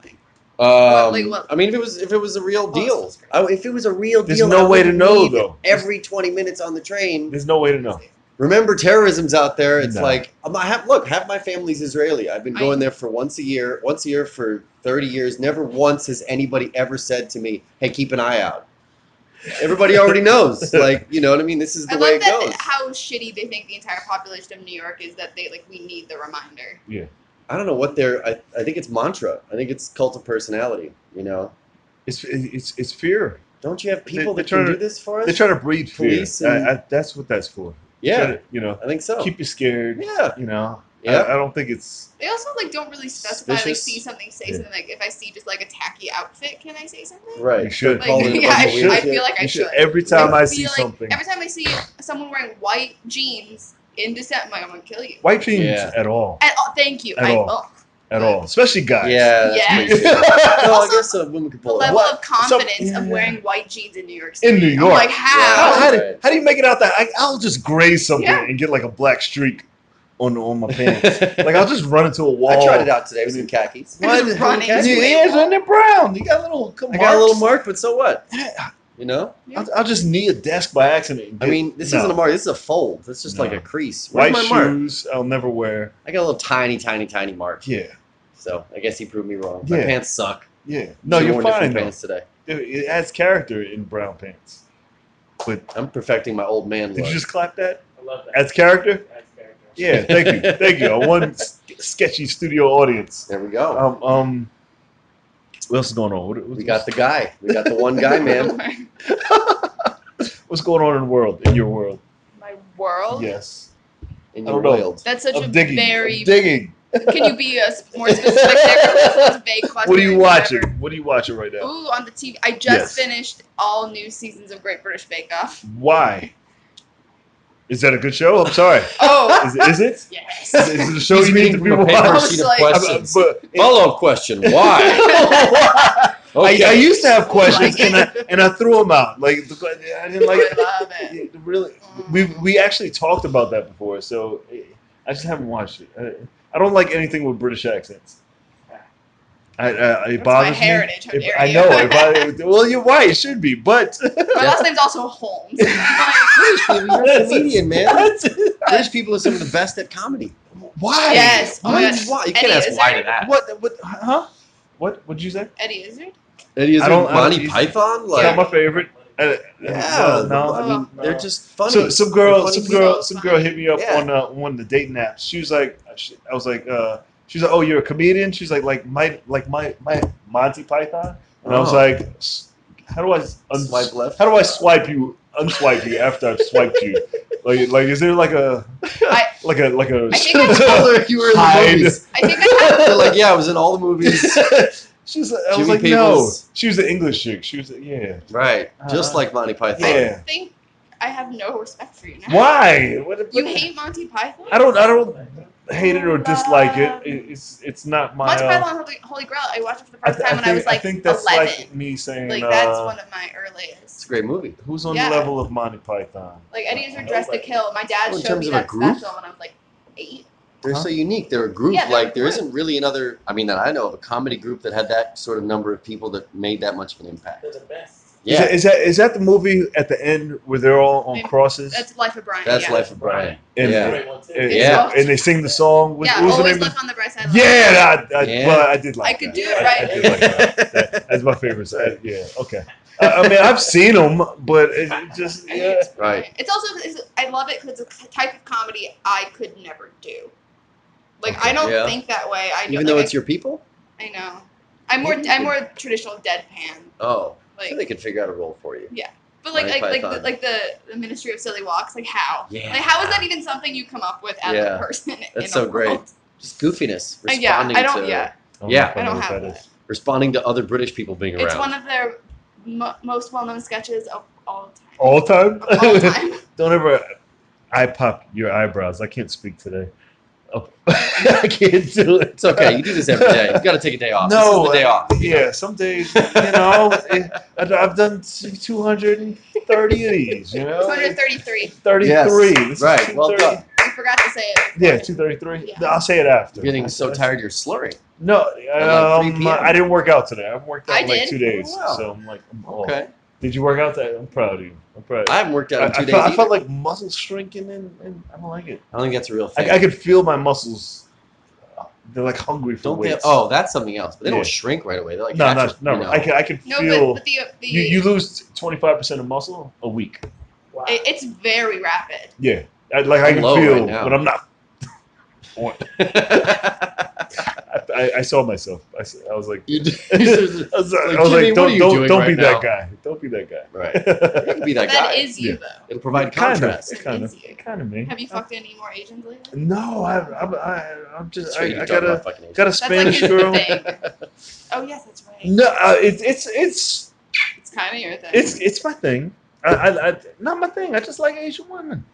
S3: Um,
S2: Like what?
S3: I mean, if it was if it was a real deal,
S2: that's great.
S3: I, if it was a real
S1: There's
S3: deal,
S1: no
S3: I
S1: way to
S3: wouldn't
S1: know,
S3: need
S1: though.
S3: Every twenty minutes on the train.
S1: There's no way to know.
S3: Remember, terrorism's out there. It's
S1: No.
S3: like um, I have look. Half my family's Israeli. I've been
S2: I-
S3: going there for once a year, once a year for thirty years. Never once has anybody ever said to me, "Hey, keep an eye out." Everybody already
S1: [LAUGHS]
S3: knows. Like you know what I mean. This is the
S2: I
S3: way
S2: love
S3: it
S2: that
S3: goes.
S2: how shitty they think the entire population of New York is that they like we need the reminder.
S3: I don't know what their. I, I think it's mantra. I think it's cult of personality. You know.
S1: It's it's it's fear.
S3: Don't you have
S1: They-
S3: people
S1: they're
S3: that can
S1: trying to-
S3: do this for us?
S1: They're trying to breed fear.
S3: Police and-
S1: I, I, that's what that's for. Try
S3: yeah,
S1: to, you know,
S3: I think so.
S1: keep you scared.
S3: yeah.
S1: You know,
S3: Yeah.
S1: I, I don't think it's.
S2: They also like don't really specify like
S3: Suspicious.
S2: see something, say
S1: Yeah.
S2: something. Like if I see just like a tacky outfit, can I say something?
S3: Right.
S1: You should.
S2: Like,
S3: Call it a
S2: yeah,
S3: bunch
S2: I,
S3: of
S2: should, I
S3: weird shit.
S2: feel like I
S1: You
S2: should.
S1: should. Every time
S2: Like,
S1: I
S2: feel
S1: see
S2: like
S1: something,
S2: Every time I see someone wearing white jeans in December, I'm like, I'm gonna kill you.
S1: white jeans
S3: Yeah.
S1: at all,
S2: At all, thank you.
S1: At
S2: I,
S1: all.
S2: oh.
S1: at all, especially guys.
S3: Yeah. that's
S2: Yeah.
S1: [LAUGHS]
S3: pretty shitty. no, I guess a woman could
S2: The
S3: pull it
S2: level
S3: off.
S2: of confidence
S1: Some-
S2: of
S1: yeah.
S2: wearing white jeans in New York City.
S1: In New
S2: I'm
S1: York.
S2: like, how?
S1: How, how, do,
S3: Right.
S1: how do you make it out that I, I'll just graze something
S2: Yeah.
S1: and get like a black streak on on my
S3: [LAUGHS]
S1: pants? like I'll just run into a wall.
S3: I tried it out today. It was in khakis.
S2: What? Just running.
S1: Your ears and they're brown. You got little.
S3: I got a little mark, but so what? You know?
S1: I'll, I'll just knee a desk by accident. and
S3: I
S1: get-
S3: mean, this
S1: No.
S3: isn't a mark. This is a fold. It's just
S1: No.
S3: like a crease. Where's
S1: white
S3: my mark?
S1: shoes. I'll never wear.
S3: I got a little tiny, tiny, tiny mark.
S1: Yeah,
S3: So I guess he proved me wrong. My
S1: Yeah.
S3: pants suck.
S1: yeah. No,
S3: Should've
S1: you're
S3: worn
S1: fine.
S3: different
S1: Though.
S3: pants today.
S1: It, it adds character in brown pants. But
S3: I'm perfecting my old man
S1: did
S3: look.
S1: you just clap that?
S5: I love that.
S1: Adds character.
S5: That's character.
S1: Yeah, thank you, thank you. Our one s- sketchy studio
S3: [LAUGHS]
S1: audience.
S3: There we go.
S1: Um, um, what else is going on? What, what's,
S3: we got the guy. We got the one
S1: [LAUGHS]
S3: guy, man.
S1: what's going on in the world? In your world?
S2: My world.
S1: Yes.
S3: In
S1: I
S3: your
S1: don't know.
S3: world.
S2: That's such a
S1: I'm digging.
S2: very.
S1: I'm digging.
S2: Can you be a, s- more specific? there?
S1: [LAUGHS]
S2: 'Cause that's a vague question,
S1: What are you watching?
S2: whatever.
S1: What are you watching right now?
S2: Ooh, on the TV. I just
S1: Yes.
S2: finished all new seasons of Great British Bake Off. [LAUGHS]
S1: Why? Is that a good show? I'm sorry.
S2: Oh,
S1: Is, it- is it? [LAUGHS]
S2: yes.
S1: Is it a show
S3: He's
S1: you need to
S3: reading
S1: be
S3: from a
S1: watching?
S3: paper
S1: uh, [LAUGHS]
S3: sheet of
S2: Like-
S3: questions. [LAUGHS]
S1: But
S3: Follow up question. Why?
S1: [LAUGHS] I, I
S3: Okay.
S1: used to have
S3: [LAUGHS]
S1: questions and I and I threw them out. Like because I didn't [LAUGHS] like.
S2: I love it.
S1: Yeah, Really, we we actually talked about that before. So eh, I just haven't watched it. Uh, I- I don't like anything with British accents. I, I, it
S2: my
S1: bothers me.
S2: heritage, how
S1: If-
S2: dare
S1: I
S2: you.
S1: know. If I,
S2: [LAUGHS]
S1: well, you're right. It should be, but
S2: My last name's also Holmes.
S3: [LAUGHS] You're a
S1: That's-
S3: comedian, man. British people are some of the best at comedy.
S1: [LAUGHS] why?
S2: Yes. Oh my
S3: Why-
S2: gosh.
S3: why- You can't
S2: Eddie
S3: ask why to
S2: Izzard?
S3: that.
S1: What? What? Huh? What? What'd you say?
S2: Eddie Izzard?
S3: Eddie
S1: I
S3: Izzard,
S1: don't- I don't
S3: Monty
S1: use-
S3: Python?
S1: Not
S3: Like,
S1: my favorite. I-
S3: yeah,
S1: well,
S3: Oh.
S1: no.
S3: I mean,
S1: no.
S3: they're just funny.
S1: So some girl,
S3: They're funny
S1: some girl,
S2: people.
S1: some girl hit me up
S3: Yeah.
S1: on uh, one of the dating apps. She was like, she, I was like, uh, she was like, oh, you're a comedian. She's like, like my, like my, my Monty Python. And I was
S3: Oh.
S1: like, "S- how do I s- uns-
S3: Swipe left.
S1: How do I [LAUGHS] swipe you? Unswipe you after I've swiped you? Like, like is there like a,
S2: I-
S1: like a, like a?
S2: I
S1: [LAUGHS]
S2: think I
S3: people are you were in the
S1: Hide. [LAUGHS]
S3: movies.
S2: I think I have.
S3: They're like, yeah, I was in all the movies.
S1: She's, I was
S3: Jimmy
S1: like,
S3: Peoples.
S1: no. She was an English chick. She was, yeah.
S3: right, just
S1: Uh-huh.
S3: like Monty Python.
S1: Yeah.
S2: I think I have no respect for you now.
S1: Why? What, what-
S2: You hate Monty Python?
S1: I don't. I don't hate it or dislike it. It- It's it's not my.
S2: Monty
S1: uh,
S2: Python Holy, Holy Grail. I watched it for the
S1: I
S2: first
S1: th-
S2: time when I was
S1: think-
S2: like
S1: think that's like
S2: eleven.
S1: me saying
S2: Like, that's
S1: uh,
S2: one of my
S3: It's a
S2: earliest.
S3: great movie.
S1: who's on
S2: yeah.
S1: the level of Monty Python.
S2: Like Eddie Izzard Dressed to Kill. My dad
S3: Well, Oh, in
S2: showed
S3: terms
S2: me
S3: of a
S2: that
S3: group?
S2: special when I was like eight.
S3: They're so unique. They're a group.
S2: Yeah, they're
S3: like,
S2: a
S3: there
S2: group.
S3: isn't really another, I mean, that I know of, a comedy group that had that sort of number of people that made that much of an impact.
S5: They're the best.
S3: Yeah,
S1: Is, that, is that is that the movie at the end where they're all on
S2: Maybe.
S1: crosses
S2: That's Life of Brian.
S3: that's
S2: yeah.
S3: Life of Brian.
S1: and
S3: yeah.
S1: and,
S3: Yeah.
S1: and they sing the song? What,
S2: yeah,
S1: what was the
S2: always
S1: name? of
S2: look on the bright side. of life.
S1: Yeah, I, I,
S3: Yeah.
S1: well, I did like.
S2: I
S1: that.
S2: could do it
S1: I-
S2: right.
S1: I did [LAUGHS] like
S2: [LAUGHS]
S1: uh, that. That- That's my favorite. side. yeah, okay. I, I mean, I've seen them, but it it just
S2: I think
S1: yeah.
S2: it's
S3: [LAUGHS] Right.
S2: brilliant. It's also it's, I love it because it's a type of comedy I could never do. Like I don't
S3: Yeah.
S2: think that way. I don't,
S3: Even though
S2: like,
S3: it's
S2: I,
S3: your people.
S2: I know. I'm more I'm more traditional deadpan.
S3: Oh,
S2: Like,
S3: so they could figure out a role for you.
S2: but like
S3: Monty
S2: like like the,
S3: Python.
S2: like the, the Ministry of Silly Walks. Like how?
S3: Yeah.
S2: Like how is that even something you come up with as
S3: Yeah.
S2: a person? in
S3: That's
S2: a
S3: so great.
S2: world?
S3: Just goofiness.
S2: Uh, yeah,
S3: Responding
S2: I don't.
S3: to
S2: yeah,
S3: Yeah.
S1: know
S2: I don't
S1: what
S2: have
S1: that
S2: that.
S1: is.
S3: responding to other British people being around.
S2: it's one of their mo- most well-known sketches of all time.
S1: All time. [LAUGHS]
S2: Of [LAUGHS] all time.
S1: don't ever eye pop your eyebrows. I can't speak today. Oh, [LAUGHS] I can't do it.
S3: it's okay. You do this every day. You got to take a day off.
S1: No, uh,
S3: this is the day off.
S1: Yeah, some days, you know, eh, I've I've done 230 of these, you know?
S2: 233.
S1: 33. This is
S3: right. Well
S1: 230.
S3: done.
S2: I forgot to say it.
S1: Yeah, 233.
S2: Yeah.
S1: I'll say it after.
S3: You're getting so tired you're slurring.
S1: No,
S3: At like 3
S1: um,
S3: p.m.
S1: I didn't work out today. I've worked out
S2: I
S1: in like
S2: did.
S1: two days.
S3: Oh, wow.
S1: So I'm like, I'm off.
S3: Okay.
S1: Did you work out that? I'm proud of you. I'm proud.
S3: I haven't worked out
S1: I,
S3: in two
S1: I
S3: days.
S1: felt, I felt
S3: either.
S1: like muscles shrinking, and, and I don't like it.
S3: I don't think that's a real thing.
S1: I, I could feel my muscles. They're like hungry for
S3: don't they?
S1: weights.
S3: Oh, that's something else. But they
S1: Yeah.
S3: don't shrink right away. They're like
S1: no, no,
S3: actual-
S1: no.
S3: you [LAUGHS] know.
S1: I can, I can
S2: No,
S1: feel.
S2: but, but the the
S1: you, you lose twenty five percent of muscle a week.
S2: it- it's very rapid.
S1: Yeah, I, like I
S3: I'm
S1: can
S3: low
S1: feel,
S3: right now.
S1: but I'm not. on. I, I, I saw myself. I, s- I was like,
S3: You do- [LAUGHS]
S1: I was,
S3: you
S1: I was like,
S3: Jimmy, what are
S1: don't
S3: you
S1: don't,
S3: doing
S1: don't
S3: right
S1: be
S3: now?
S1: that guy. Don't be that guy. [LAUGHS]
S3: right. You could be that
S2: [LAUGHS]
S3: guy.
S2: that is you
S1: Yeah.
S2: though.
S3: It'll provide
S1: kind of,
S3: contrast.
S1: kind of,
S2: It's you.
S1: kind of me. Uh,
S2: Have you fucked any more Asians lately?
S1: No, I, I'm, I, I'm just,
S3: That's right, you
S1: I, I
S3: talk
S1: got
S3: about
S1: a,
S3: fucking Asians.
S1: got a
S2: That's like
S1: Spanish
S2: your
S1: girl.
S2: thing.
S1: [LAUGHS]
S2: Oh yes, that's right.
S1: No, uh, it's, it's, it's,
S2: It's kind of your thing.
S1: it's, it's my thing. I, I, I, not my thing. I just like Asian women.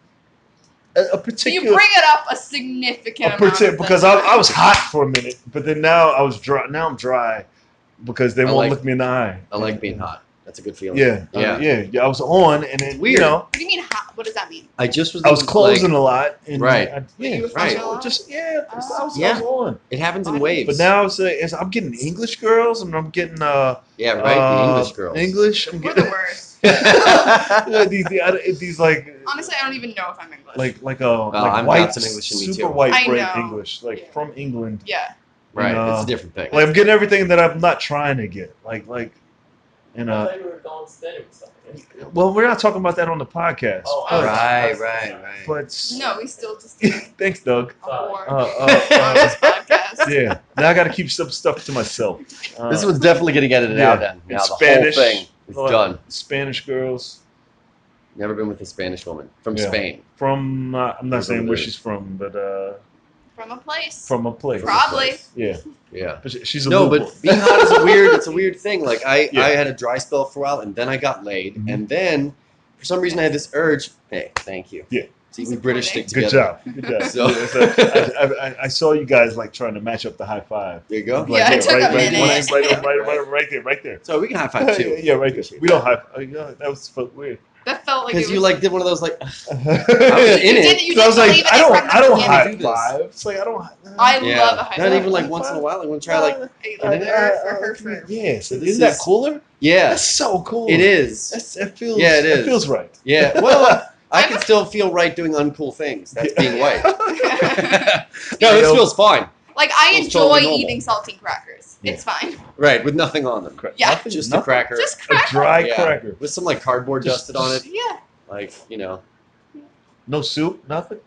S1: A, a
S2: so you
S1: particular,
S2: bring it up a
S1: a
S2: significant amount.
S1: parti-
S2: of
S1: because I,
S2: time.
S1: I was hot for a minute, but then now I was dry. Now I'm dry because they
S3: I
S1: won't
S3: like-
S1: look me in the eye.
S3: I like being hot. That's a good feeling. Um,
S1: Yeah, uh,
S3: Yeah.
S1: yeah, yeah. I was on, and then you
S3: weird.
S1: know,
S2: What do you mean hot? What does that mean?
S3: I just was.
S1: I was
S3: like-
S1: closing a lot. And
S3: Right.
S1: I,
S2: Were
S1: yeah,
S2: you
S3: right.
S2: fucking
S1: Just yeah, I was, I was
S3: Yeah.
S1: on.
S3: It happens in waves.
S1: But now it's, uh, it's, I'm getting English girls, and I'm getting uh,
S3: yeah, right. the
S1: uh,
S3: English girls. [LAUGHS]
S1: English. [LAUGHS] I'm
S2: We're the
S1: getting
S2: worst.
S1: Yeah, [LAUGHS] these, the other- these like
S2: Honestly, I don't even know if I'm English.
S1: like like a like
S3: I've got
S1: white,
S3: some English in me,
S1: super
S3: too.
S1: white
S2: I
S1: break
S2: know.
S1: English, like
S2: Yeah.
S1: from England.
S2: yeah,
S3: right.
S1: No.
S3: It's a different thing.
S1: Like I'm getting everything that I'm not trying to get. Like like, you know. Well, we're not talking about that on the podcast.
S2: Oh,
S1: but,
S3: right, right, right.
S1: but-
S2: no, we still just do
S1: [LAUGHS]
S2: a
S1: thanks, Doug.
S2: whore
S1: Uh,
S2: [LAUGHS]
S1: uh,
S2: on
S1: uh, [LAUGHS]
S2: this podcast.
S1: yeah. Now I got to keep some stuff to myself. Uh,
S3: this one's definitely getting edited
S1: yeah.
S3: out. Then
S1: in
S3: now the
S1: Spanish.
S3: whole thing is
S1: uh,
S3: done.
S1: Spanish girls
S3: Never been with a Spanish woman from
S1: Yeah.
S3: Spain.
S1: from uh, I'm not saying where
S3: Probably.
S1: she's from, but uh,
S2: From a place.
S1: from a place.
S2: Probably.
S1: Yeah,
S3: Yeah.
S1: but she- she's a
S3: No,
S1: loophole.
S3: but being hot is a
S1: [LAUGHS]
S3: weird. It's a weird thing. Like I,
S1: Yeah.
S3: I had a dry spell for a while, and then I got laid,
S1: Mhm.
S3: and then for some reason I had this urge. Hey, thank you.
S1: Yeah.
S3: See, we British stick
S1: Good
S3: together.
S1: job. Good job.
S3: [LAUGHS] So-
S1: Yeah, so I, I- I, I saw you guys like trying to match up the high five.
S3: There you go.
S2: Yeah, it took a
S1: right,
S2: minute.
S1: Right, right, right, right, right there, right there.
S3: [LAUGHS] So we can high five too.
S1: yeah, right there. We don't high five. Oh, yeah, that was fu- weird. [LAUGHS]
S2: That felt like it
S3: Because
S2: was
S3: you like did one of those like
S1: so
S3: in it.
S2: did- you
S1: I was like,
S2: didn't believe it
S1: I don't,
S2: from the
S1: I don't
S2: beginning.
S1: high
S3: Do this.
S1: five. It's like I don't.
S2: I
S3: yeah,
S2: love a high
S3: not
S2: five. Uh,
S3: even like once in a while. I want to try like
S2: Are you there
S1: Uh,
S2: for her for-
S1: yeah. So
S3: This
S1: isn't that
S3: is-
S1: cooler? That's
S3: yes,
S1: so cool.
S3: it is.
S1: That's, it feels.
S3: Yeah, it
S1: It
S3: is.
S1: feels right. [LAUGHS]
S3: Yeah. Well, I
S2: I'm
S3: can
S2: a-
S3: still feel right doing uncool things. That's being
S2: [LAUGHS]
S3: white. no,
S1: [LAUGHS] You
S3: this
S1: know-
S3: feels fine.
S2: [LAUGHS] like I
S3: It's
S2: enjoy
S3: totally normal.
S2: eating saltine crackers. It's fine.
S3: Right, with nothing on them.
S1: Correct.
S2: Yeah.
S1: Nothing-
S3: Just a
S1: nothing.
S3: cracker.
S2: Just
S1: A dry
S3: Yeah.
S1: cracker.
S3: with some like cardboard
S1: Just-
S3: dusted on it.
S2: yeah.
S3: Like, you know,
S1: No soup. Nothing.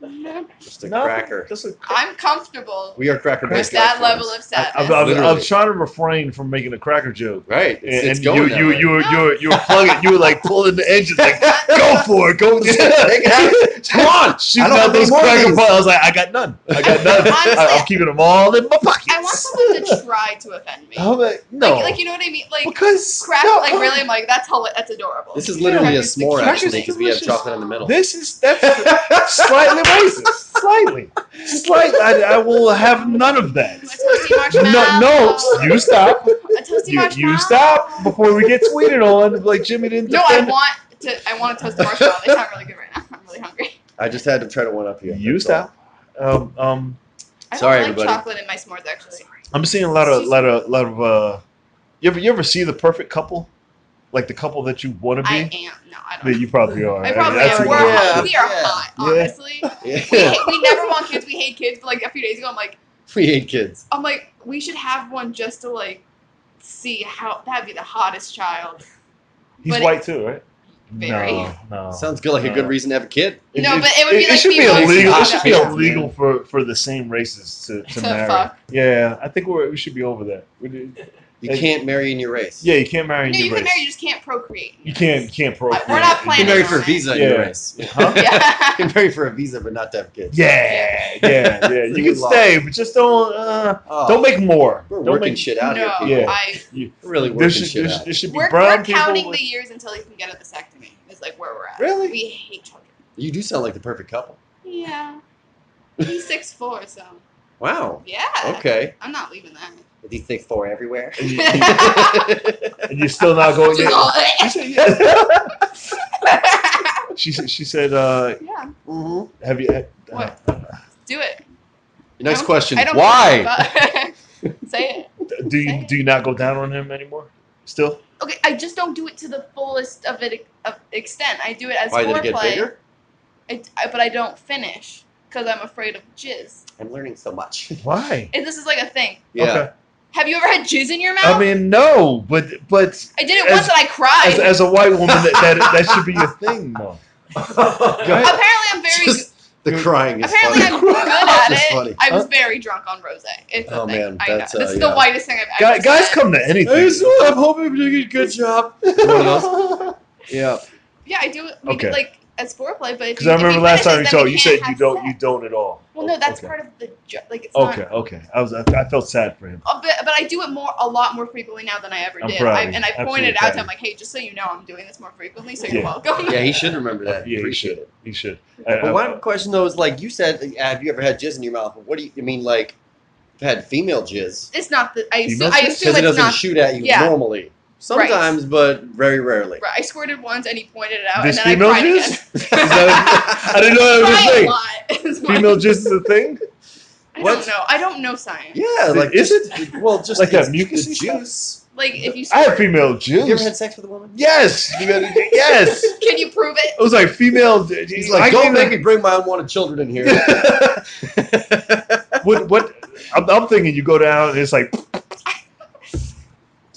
S3: just a
S1: Nothing.
S3: cracker.
S1: Just a cracker.
S2: I'm comfortable
S3: We are cracker
S2: with
S3: based.
S2: that level of
S1: I, I,
S2: sadness.
S1: I, I
S3: Literally.
S1: was trying to refrain from making a cracker joke.
S3: Right. It's,
S1: and
S3: it's going
S1: you,
S3: that
S1: you,
S3: way.
S2: [LAUGHS]
S1: you, were, you, were, you were plugging. You were like pulling the engine, like go for it, go.
S3: Take it
S1: [LAUGHS] Come on, shoot
S3: I don't have
S1: out those
S3: any more of
S1: cracker
S3: these.
S1: bars. I was like, I got none. I got none.
S2: Honestly,
S1: I, I'm keeping them all in my pocket.
S2: I want someone
S1: [LAUGHS]
S2: to try to offend me.
S1: I'm like, no,
S2: Like, like you know what I mean? Like
S1: because
S2: crack.
S1: no, oh,
S2: like
S1: come
S2: really, I'm like that's hell. That's adorable.
S3: This is literally a
S2: Crackers, the
S3: s'more
S2: cute-
S3: actually
S1: Crackers
S3: because we have
S1: delicious.
S3: chocolate in the middle.
S1: on. This is that's slightly racist. Slightly, slightly. I, I will have none of that.
S2: A
S1: [LAUGHS]
S2: toasty
S1: No, no,
S2: marshmallow.
S1: you stop.
S2: A toasty
S1: You,
S2: marshmallow.
S1: you stop before we get tweeted on. Like Jimmy didn't.
S2: No, I
S1: defend-
S2: want to. I want a toasted marshmallow. They sound really good right now. [LAUGHS] I'm really hungry.
S3: I just had to try to one up you.
S1: You
S3: that's all.
S1: stop. Um, um,
S2: I
S3: Sorry,
S2: don't like
S3: everybody.
S2: chocolate in my s'mores actually.
S1: I'm seeing a lot of, lot of, lot of. Uh, you ever, you ever see the perfect couple? like the couple that you want to
S2: I
S1: be?
S2: am. No, I don't.
S1: But you probably are.
S2: I probably
S1: that's
S2: am.
S1: a
S2: We're
S1: good-
S3: Yeah.
S2: hot.
S1: Yeah. [LAUGHS]
S2: We are hot, honestly. We,
S3: [LAUGHS] Yeah.
S2: hate, we never want kids. We hate kids. But like a few days ago, I'm like,
S3: we hate kids.
S2: I'm like, we should have one just to like see how that'd be the hottest child.
S1: He's
S2: But it-
S1: white too, right?
S2: Very.
S1: No, no.
S3: Sounds good, like a good
S1: Oh, no.
S3: reason to have a kid.
S2: No, but it would be like
S1: should be
S2: people-
S1: illegal. It should be
S2: Yeah.
S1: illegal for, for the same races to, to,
S2: [LAUGHS] To
S1: marry.
S2: fuck.
S1: Yeah, I think we're, we should be over that. We did-
S3: You
S1: Hey.
S3: can't marry in your race.
S1: yeah, you can't marry. in
S2: no, you
S1: your
S2: can
S1: race.
S2: marry. You just can't procreate.
S1: You can't. You can't procreate.
S2: We're not
S1: You
S3: You
S2: planning
S3: can marry
S2: on
S3: for a
S2: it.
S3: visa in
S1: Yeah.
S3: your race. [LAUGHS]
S1: Huh?
S2: [LAUGHS] Yeah.
S3: You can marry for a visa but not to have kids.
S1: Yeah, yeah,
S2: [LAUGHS]
S1: yeah. you
S3: New
S1: can
S3: law.
S1: stay, but just don't. Uh,
S3: Oh,
S1: don't make more.
S3: We're
S1: don't
S3: working
S1: make,
S3: shit
S2: no,
S3: out here, people.
S1: Yeah.
S2: I
S3: We're really working
S1: There should,
S3: shit
S1: there,
S3: out.
S1: should- there should be
S2: we're,
S1: brown
S2: we're
S1: people.
S2: counting
S1: with-
S2: the years until he can get a vasectomy. It's like where we're at.
S1: Really?
S2: We hate children.
S3: You do sound like the perfect couple.
S2: Yeah. He's six four, so
S3: Wow.
S2: yeah.
S3: Okay. Mm-hmm.
S2: I'm not leaving that.
S3: Do you think four [LAUGHS] everywhere?
S2: [LAUGHS]
S1: and you're still not going.
S2: She's
S1: yet.
S2: all,
S1: She said, yeah. she said. She said. Uh,
S2: [LAUGHS] yeah.
S3: Mhm.
S1: have you? Uh,
S2: What? Do it.
S3: Your next
S2: I don't-
S3: question.
S2: I don't
S3: Why?
S2: but- [LAUGHS] Say it.
S1: Do you do you not go down on him anymore? Still?
S2: Okay, I just don't do it to the fullest of it of extent. I do it as
S3: Why did it get
S2: foreplay,
S3: bigger?
S2: I, I- but I don't finish because I'm afraid of jizz.
S3: I'm learning so much.
S1: Why?
S2: And this is like a thing.
S3: [LAUGHS] Yeah.
S1: Okay.
S2: Have you ever had jizz in your mouth?
S1: I mean, no, but but
S2: I did it
S1: as-
S2: once and I cried.
S1: as, as a white woman, that, that
S2: [LAUGHS]
S1: that should be your thing, though.
S3: [LAUGHS]
S2: apparently, I'm very.
S3: Just the crying is
S2: apparently,
S3: funny.
S2: I'm good
S3: [LAUGHS]
S2: at
S3: That's
S2: it.
S3: funny.
S2: I
S1: Uh,
S2: was very drunk on rosé. It's a
S3: Oh,
S2: thing.
S3: man,
S2: I know.
S3: that's, uh,
S2: this is
S3: yeah.
S2: the whitest thing I've ever.
S1: Guys, guys
S2: said.
S1: come to anything.
S3: I'm hoping I'm doing a good job.
S1: [LAUGHS]
S2: [LAUGHS]
S3: Yeah.
S2: Yeah, I do. it- We
S1: Okay
S2: do like as foreplay, but if
S1: Because
S2: you-
S1: I
S2: if he
S1: remember last time you
S2: finishes, then
S1: told
S2: we
S1: you
S2: can't
S1: said you
S2: have
S1: don't
S2: sex.
S1: you don't at all.
S2: Well, no, that's
S1: okay.
S2: part of the jo- like. It's
S1: Okay,
S2: not.
S1: okay. I was I felt sad for him.
S2: Oh, but, but I do it more a lot more frequently now than I ever
S1: I'm
S2: did.
S1: proud
S2: I,
S1: of you.
S2: and I
S1: Absolutely
S2: pointed it
S1: proud
S2: out
S1: of
S2: to
S1: you.
S2: him like, hey, just so you know, I'm doing this more frequently, so
S1: Yeah.
S2: you're welcome.
S3: Yeah, he should remember that.
S1: Yeah, he
S3: Appreciate
S1: should.
S3: it.
S1: He should. Uh,
S3: But one question though is like you said, uh, have you ever had jizz in your mouth? What do you, you mean like had female jizz?
S2: [LAUGHS] It's not the. I
S1: Female
S2: assume, I
S1: sex?
S2: assume
S3: Because it
S2: it's
S3: doesn't
S2: not.
S3: shoot at you
S2: yeah.
S3: normally. Sometimes, but very rarely.
S2: I squirted once and he pointed it out,
S1: This
S2: Oh, and then
S1: female
S2: I cried
S1: jizz? [LAUGHS]
S3: [LAUGHS]
S2: again.
S1: Is [LAUGHS] that a, I didn't
S2: [LAUGHS]
S1: know that was a
S2: Cry a
S1: thing.
S2: lot. is what-
S1: Female jizz is a thing.
S2: I
S3: What?
S2: don't know. I don't know science.
S3: Yeah, like
S1: Is
S3: just, it? Well, just
S1: Like that
S3: it's
S1: mucusy
S3: the
S1: stuff?
S3: juice.
S2: Like if you
S1: I had
S2: squirt,
S1: female
S3: Have you ever had
S1: jizz.
S3: sex with a woman?
S1: Yes, You gotta- yes. It
S2: can you prove it?
S1: was like female. j-
S3: He's
S1: j-
S3: like,
S1: I
S3: don't
S1: can't
S3: make me
S1: even-
S3: bring my unwanted children
S1: [LAUGHS]
S3: in here.
S1: What what? I'm, I'm thinking you go down and it's like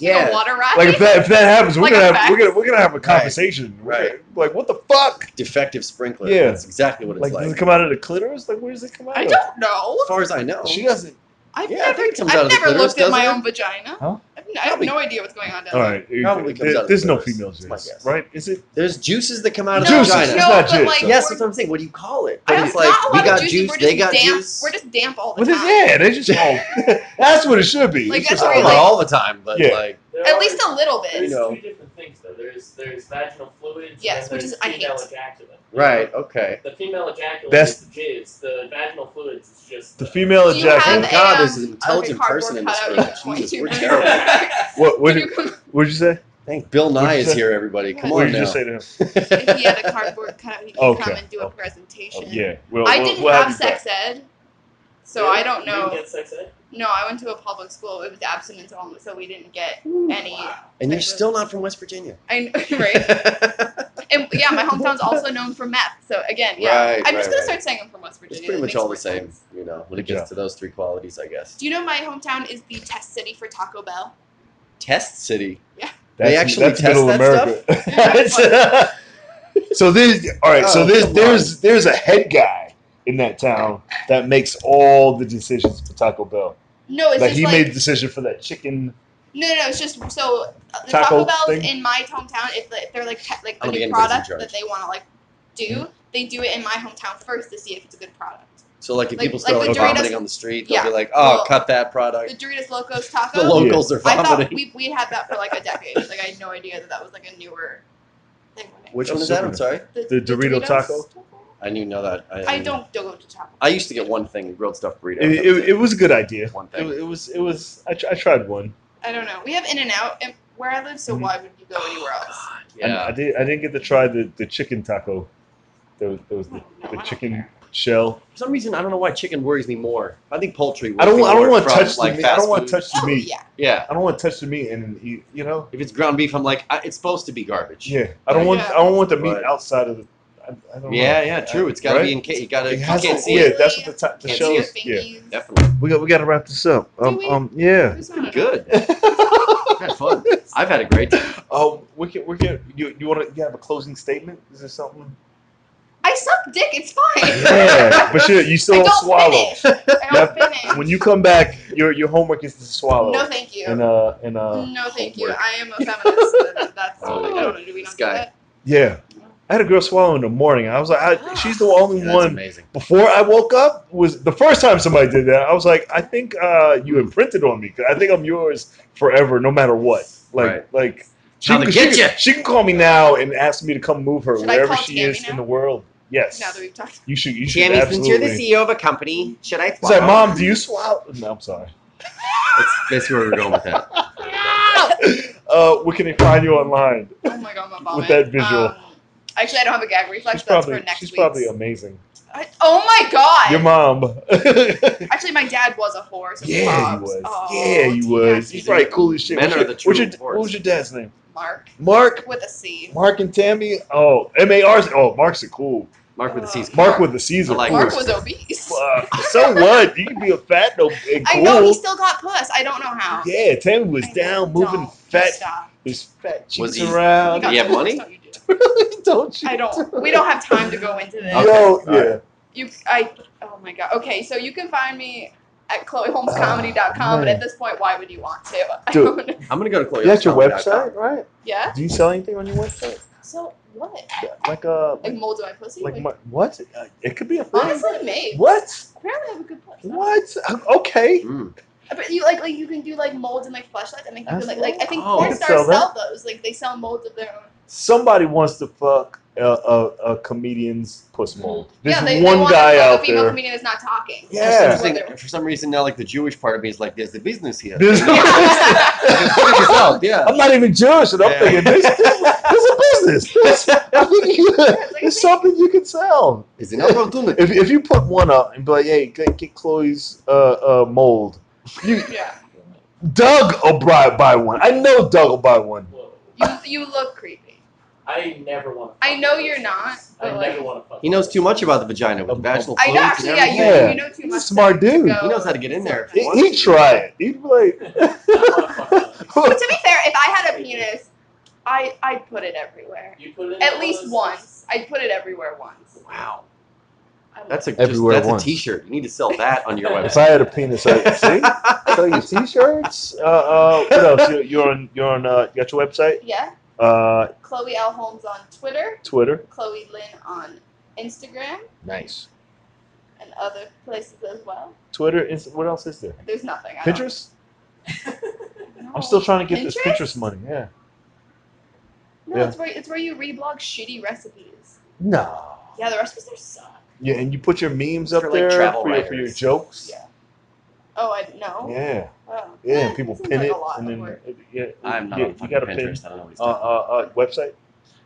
S2: Like a water ride.
S1: like if that if that happens we're
S2: Like
S1: gonna
S2: a
S1: have we're gonna
S2: fax?
S1: we're gonna have a conversation We're
S3: Right.
S1: gonna- like what the fuck
S3: defective sprinkler.
S1: Yeah.
S3: that's exactly what it's
S1: like,
S3: like.
S1: does it come out of the clitoris like where does it come out
S2: I
S1: of?
S2: don't know.
S3: as far as I know,
S1: she doesn't
S2: I've
S3: Yeah, I
S2: never,
S3: think it comes out
S2: I've
S3: of the
S2: never
S3: clitoris,
S2: looked at my
S3: doesn't it?
S2: own vagina.
S1: Huh?
S2: I've, I have
S3: Probably-
S2: no idea what's going on down
S1: all
S2: there.
S1: right it-
S3: Probably comes
S1: there-
S3: out of
S1: there's no
S3: clitoris.
S1: female
S3: That's my
S1: jizz
S3: guess.
S1: right is it
S3: there's juices that come out of
S1: No,
S3: the
S1: Juices,
S3: vagina.
S1: it's not
S2: but
S1: juice,
S2: like,
S1: though.
S3: yes,
S2: we're-
S3: that's what I'm saying. What do you call it?
S2: I
S3: But
S2: don't,
S3: it's like
S2: not a lot
S3: we
S2: of
S3: got
S2: juicy,
S3: juice,
S2: We're
S3: they
S2: just
S3: got
S2: damp.
S3: juice.
S2: We're just damp all the
S1: well,
S2: time.
S1: yeah they just all [LAUGHS] that's what it should be
S2: Like,
S1: It's
S2: that's
S1: just
S3: I
S2: what
S3: don't
S1: all
S3: know
S2: like-
S3: all the time, but
S1: Yeah.
S3: like
S2: At least a little
S3: you
S2: bit.
S5: There's
S3: know.
S5: two different things though. There's there's vaginal fluids. and
S2: Yes,
S5: then
S2: which is-
S5: there's
S2: I
S5: female
S2: hate.
S5: ejaculate.
S3: right, okay.
S5: The female ejaculate
S1: That's-
S5: is the jizz. The vaginal fluids is just
S1: the female
S2: Do you have
S1: ejaculate
S3: Oh, Thank God,
S2: a, um,
S3: there's an
S2: like a
S3: intelligent
S2: cardboard
S3: person in this
S2: cutout [LAUGHS]
S3: room.
S2: you can
S3: Jesus,
S2: point
S3: we're
S2: to?
S3: terrible.
S1: what what
S2: Can you
S3: [LAUGHS]
S1: did,
S2: come-
S1: what did you say
S3: Thank Bill Nye
S1: What'd you
S3: is
S1: say?
S3: here, everybody. Come
S1: what did
S3: on
S1: you
S3: now.
S1: just say to him
S2: if he had a cardboard cutout, he could
S1: Okay.
S2: come and do a
S1: Okay.
S2: presentation.
S1: Oh, yeah well
S2: I
S1: we'll-
S2: didn't
S1: we'll
S2: have
S1: you
S2: sex ed, so I don't
S5: You didn't
S2: know.
S5: get sex ed?
S2: No, I went to a public school. It was abstinence only, so we didn't get any.
S3: [LAUGHS] and you're still not from West Virginia.
S2: I know, [LAUGHS] right? And
S1: [LAUGHS]
S2: yeah, my hometown's also known for meth. So again, yeah,
S3: Right,
S2: I'm just
S3: right,
S2: gonna
S3: right.
S2: start saying I'm from West Virginia.
S3: it's pretty
S2: That
S3: much
S2: makes
S3: all
S2: more
S3: the same,
S2: sense.
S3: you know, when it
S1: Good
S3: gets
S1: job.
S3: to those three qualities, I guess.
S2: Do you know my hometown is the test city for Taco Bell?
S3: Test City.
S1: [LAUGHS] That's,
S3: They actually
S1: that's
S3: test
S1: middle
S3: that
S1: America.
S3: [LAUGHS]
S1: That's- so there's all right. so
S3: Oh,
S1: there's
S3: come
S1: there's there's a head guy in that town that makes all the decisions for Taco Bell.
S2: No, it's
S1: like
S2: just
S1: he
S2: like
S1: made the decision for that chicken.
S2: no, no, no, it's just so uh, the
S1: Taco
S2: Taco, Bell's
S1: thing?
S2: in my hometown. If, the- if they're like te- like a
S3: I don't
S2: new
S3: think anybody's in
S2: product
S3: charge.
S2: that they want to like do,
S3: Mm-hmm.
S2: they do it in my hometown first to see if it's a good product.
S3: So like if
S2: Like-
S3: people
S2: like
S3: start like,
S1: the Doritos-
S3: vomiting on the street, they'll
S2: Yeah.
S3: be like, "Oh,
S2: Well,
S3: cut that
S2: The
S3: product."
S2: Doritos Locos
S3: The
S2: Taco.
S3: locals are
S2: I thought
S3: vomiting.
S2: we we had that for like a decade. like I had no idea that that was like a newer thing.
S3: [LAUGHS] Which one is that? I'm sorry,
S1: The Dorito taco?
S3: I didn't know that.
S2: I don't go to Taco.
S3: I used to get one thing, grilled stuffed burrito.
S1: It,
S3: That was
S1: it, it was a good idea.
S3: one
S1: It,
S3: thing.
S1: it was it was. I, tr- I tried one.
S2: I don't know. We have In and Out where I live, so
S1: Mhm.
S2: why would you go anywhere else?
S1: I, I did. I didn't get to try the, the chicken taco. There was, there was the,
S2: No, I
S1: the
S2: don't
S1: chicken
S2: care.
S1: shell.
S3: For some reason, I don't know why chicken worries me more. I think poultry.
S1: I don't.
S3: worries
S1: I
S3: me
S1: don't
S3: more
S1: want to
S3: from,
S1: touch the
S3: like,
S1: meat. I
S3: fast
S1: don't want
S3: food.
S1: to touch the
S2: Oh,
S1: meat.
S2: yeah.
S3: Yeah.
S1: I don't want to touch the meat and eat. You know.
S3: If it's ground beef, I'm like, I, it's supposed to be garbage.
S1: Yeah. I don't want.
S2: Yeah.
S1: I don't want the meat
S3: But-
S1: outside of the. I, I don't
S3: Yeah,
S1: know.
S3: yeah, true. It's got to
S1: Right?
S3: be in case you got to.
S1: It
S3: You
S1: has
S3: can't
S1: to-
S3: see
S1: yeah,
S3: it.
S1: that's what the, ti- the
S3: Can't
S1: show
S3: see
S2: Your
S1: is. Yeah.
S2: fingies.
S3: Definitely
S1: We got. We got to wrap this up.
S2: Do
S1: Um.
S2: we?
S1: Um. Yeah.
S2: Who's
S3: pretty
S2: not?
S1: [LAUGHS]
S3: good. Had fun. I've had a great time.
S1: Um. We can. We can. You. You want to? You have a closing statement? Is there something?
S2: I suck dick.
S1: [LAUGHS]
S2: It's fine.
S1: Yeah. but you. You still
S2: [LAUGHS] I
S1: don't,
S2: don't
S1: swallow.
S2: finish.
S1: [LAUGHS]
S2: I don't
S1: That-
S2: finish.
S1: When you come back, your your homework is to swallow.
S2: no, thank you.
S1: And uh. And uh.
S2: no, thank you.
S1: homework.
S2: I am a
S1: [LAUGHS]
S2: feminist. That's
S3: Oh,
S2: all I
S3: yeah.
S2: don't do. We
S3: This
S2: don't do
S3: guy.
S2: that.
S1: Yeah. I had a girl swallow in the morning. I was like, I, she's the only
S3: Yeah, that's
S1: one.
S3: amazing.
S1: Before I woke up was the first time somebody did that. I was like, I think uh, you imprinted on me. 'cause I think I'm yours forever, no matter what. Like,
S3: Right.
S1: like she,
S3: Trying
S1: can,
S3: to
S1: she,
S3: get ya.
S1: can, she can call me now and ask me to come move her
S2: Should I
S1: wherever
S2: call
S1: she
S2: Tammy
S1: is in
S2: now?
S1: the world. Yes,
S2: Now that we've talked.
S1: you should. You should
S4: Jamie, since you're
S1: absolutely.
S4: the
S3: E
S4: CEO of a company, should I?
S1: It's like,
S4: swallow?
S1: mom, do you swallow? No, I'm sorry. [LAUGHS]
S3: That's basically where we're going with that.
S1: Uh, where can they find you online?
S2: Oh my god, my vomit.
S1: With that visual.
S2: Um, actually, I don't have a gag reflex.
S1: She's
S2: That's
S1: probably
S2: for next
S1: she's
S2: week's.
S1: probably amazing.
S2: I- oh my god.
S1: Your mom.
S2: Actually, my dad was a whore.
S1: [LAUGHS]
S2: So
S1: Yeah,
S2: Bob's.
S1: he was.
S2: Oh,
S1: yeah, he
S2: damn,
S1: was.
S2: he
S1: He's probably cool as shit.
S3: Men
S1: What's
S3: are
S1: your-
S3: the true
S1: what's your,
S3: horse.
S1: What was your dad's name?
S2: Mark
S1: Mark.
S2: with a C.
S1: Mark and Tammy. Oh, M A R. Oh, Mark's a cool.
S3: Mark with the C's.
S1: Mark with the C's.
S3: I like
S2: Mark
S1: Mark
S2: was obese.
S1: so what? You can be a fat no and cool.
S2: I know he still got puss. I don't know how.
S1: yeah, Tammy was
S2: I
S1: down,
S2: know.
S1: moving
S2: Don't.
S1: fat,
S2: Stop.
S1: his fat cheeks
S3: Was he-
S2: We
S1: around.
S2: got
S3: Uh, you have
S2: to-
S3: money?
S2: don't you do
S1: [LAUGHS] don't
S2: that.
S1: you?
S2: I don't. We don't have time to go into this.
S1: Yo,
S3: Okay,
S1: yeah.
S2: You, I, oh my god. Okay, so you can find me at chloeholmescomedy.com, but
S1: man.
S2: at this point, why would you want to? [LAUGHS] I
S1: Uh, Dude.
S2: don't know.
S3: I'm gonna go to Chloe.
S1: That's your website, right?
S2: Yeah.
S1: Do you sell anything on your website?
S2: So what?
S1: Like uh,
S2: Like mold my pussy?
S1: like
S2: Like,
S1: my, what? Uh, it could be a thing.
S2: honestly, maybe.
S1: What?
S2: Apparently, I have a good pussy.
S1: What? Uh, Okay.
S3: Mm.
S2: But you like like you can do like molds and like flashlights and make you can, like like I think
S3: Oh.
S2: porn
S1: You can sell
S2: stars
S1: that?
S2: sell those. Like they sell molds of their own.
S1: Somebody wants to fuck a, a, a comedian's puss mold. There's
S2: Mm-hmm. yeah, they, they
S1: one
S2: want
S1: guy
S2: to fuck
S1: out
S2: a female
S1: there.
S2: comedian that's not talking.
S1: Yeah.
S2: That's what they're-
S3: Interesting. For some reason now, like the Jewish part of me is like, there's the business here. [LAUGHS]
S1: This-
S3: Check this out, yeah.
S1: I'm not even Jewish, and I'm
S3: Yeah.
S1: thinking this, this, this is a business. This, [LAUGHS] I think you, it's something you can sell.
S3: It's an opportunity.
S1: If, if you put one up and be like, "Hey, get, get Chloe's uh, uh, mold," you
S2: yeah.
S1: Doug will buy, buy one. I know Doug will buy one.
S5: Whoa.
S2: You you look creepy.
S5: I never want to.
S2: I know you're not,
S5: I
S2: but,
S5: never
S2: like-
S5: want to fuck.
S3: He knows too much about the vagina with vaginal
S2: I
S3: fluids.
S2: know.
S3: and
S2: Actually, yeah, you,
S1: Yeah.
S2: you know too
S1: He's a
S2: much.
S1: smart
S2: to
S1: dude.
S2: go-
S3: He knows how to get in there.
S1: He, he'd try it. He'd be like,
S2: But to be fair, if I had a penis, I I'd put it everywhere.
S5: You put it in
S2: At
S5: one of
S2: least
S5: those-
S2: once. I'd put it everywhere once.
S3: Wow,
S2: I
S3: that's a just,
S1: Everywhere
S3: that's
S1: once.
S3: a T-shirt. You need to sell that on [LAUGHS] your
S1: "If
S3: website.
S1: I had a penis, I see." Sell your T-shirts. Uh, uh, what else? You're, you're on. You're on. Uh, you got your website.
S2: yeah.
S1: Uh,
S2: Chloe L Holmes on Twitter.
S1: Twitter.
S2: Chloe Lynn on Instagram
S1: Nice.
S2: and other places as well.
S1: Twitter. Is, what else is there?
S2: There's nothing. I don't-
S1: Pinterest.
S2: No.
S1: I'm still trying to get
S2: Pinterest?
S1: this Pinterest money. Yeah.
S2: No,
S1: yeah.
S2: it's where it's where you reblog shitty recipes.
S1: No.
S2: Yeah, the recipes are suck.
S1: Yeah, and you put your memes
S3: For,
S1: up
S3: like,
S1: there
S3: travel
S1: for, your, for your
S3: writers.
S1: jokes.
S2: Yeah. Oh, I no.
S1: Yeah.
S2: Oh.
S1: Yeah,
S2: Eh,
S1: and people
S2: seems
S1: pin
S2: like
S1: it,
S2: a lot
S1: and
S2: of
S1: then
S2: [LAUGHS] work.
S1: it- yeah,
S3: I'm not
S1: yeah,
S3: on
S1: you
S3: fucking
S1: got a pin.
S3: Pinterest. I don't know what he's
S1: Uh, uh,
S3: talking about.
S1: uh, website.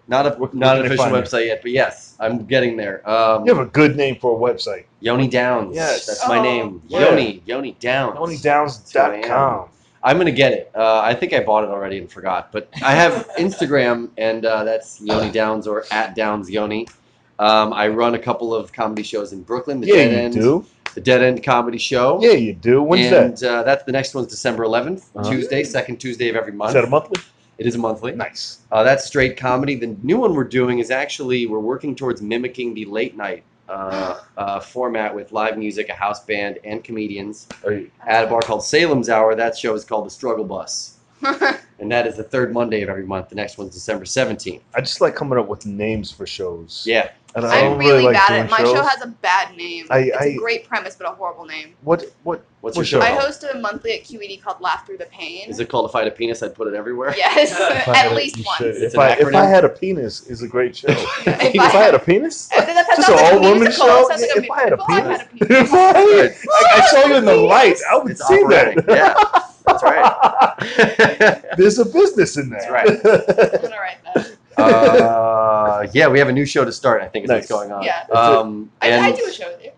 S3: Not a
S1: where- where
S3: not
S1: can
S3: an
S1: they
S3: official
S1: find
S3: website yet, but yes, I'm getting there. Um,
S1: You have a good name for a website.
S3: Yoni Downs.
S1: Yes.
S3: that's my
S2: Oh,
S3: name.
S1: yeah.
S3: Yoni Yoni Downs.
S1: OnlyDowns.com.
S3: I'm gonna get it. Uh, I think I bought it already and forgot, but
S1: [LAUGHS]
S3: I have Instagram, and uh, that's Yoni Downs or at Downs Yoni. Um, I run a couple of comedy shows in Brooklyn. The
S1: Yeah,
S3: Dead
S1: you
S3: End,
S1: do.
S3: the Dead End Comedy Show.
S1: Yeah, you do. When's
S3: and
S1: that?
S3: uh, that's the next one's December 11th,
S1: Uh-huh.
S3: Tuesday, second Tuesday of every month.
S1: Is that a monthly?
S3: It is a monthly.
S1: Nice.
S3: Uh, that's straight comedy. The new one we're doing is actually we're working towards mimicking the late night uh, uh, format with live music, a house band, and comedians
S1: Are you,
S3: at a bar called Salem's Hour. That show is called The Struggle Bus, and that is the third Monday of every month. The next one's December 17th.
S1: I just like coming up with names for shows.
S3: Yeah,
S1: and I
S2: I'm
S1: don't
S2: really,
S1: really, like
S2: bad
S1: doing
S2: at it. My
S1: shows.
S2: show has a bad name.
S1: I-
S2: it's
S1: I- Oh.
S2: a great premise, but a horrible name.
S1: what what
S3: what's
S1: What
S3: your show?
S1: show?
S2: I
S3: called?
S2: host a monthly at QED called Laugh Through the Pain.
S3: is it called If I Had a Penis? I'd put it everywhere.
S2: Yes, [LAUGHS]
S5: If
S1: I had
S2: at
S1: a-
S2: least
S1: you
S2: once.
S1: should. If
S3: It's an
S1: I if I
S3: acronym.
S1: had a penis is a great
S2: [LAUGHS]
S1: show. if
S2: If
S1: I had a penis, [LAUGHS]
S2: I think that sounds
S1: Just
S2: like
S1: an
S2: a
S1: old woman
S2: musical.
S1: show?
S2: It sounds like
S1: Yeah,
S2: a
S1: if I had a
S2: musical. I've had a
S1: if [LAUGHS] [LAUGHS] I,
S2: penis.
S1: had, I, I saw you in the light, I would
S3: It's
S1: see
S3: operatic.
S1: that.
S3: Yeah, that's right.
S1: [LAUGHS] There's a business in
S3: That's
S1: that. [LAUGHS]
S3: right.
S2: I'm gonna write that.
S3: uh, yeah, we have a new show to start. I think is
S1: Nice.
S3: what's going on.
S2: Yeah.
S1: That's it.
S3: Um,
S2: I,
S3: and
S2: I do a show with you.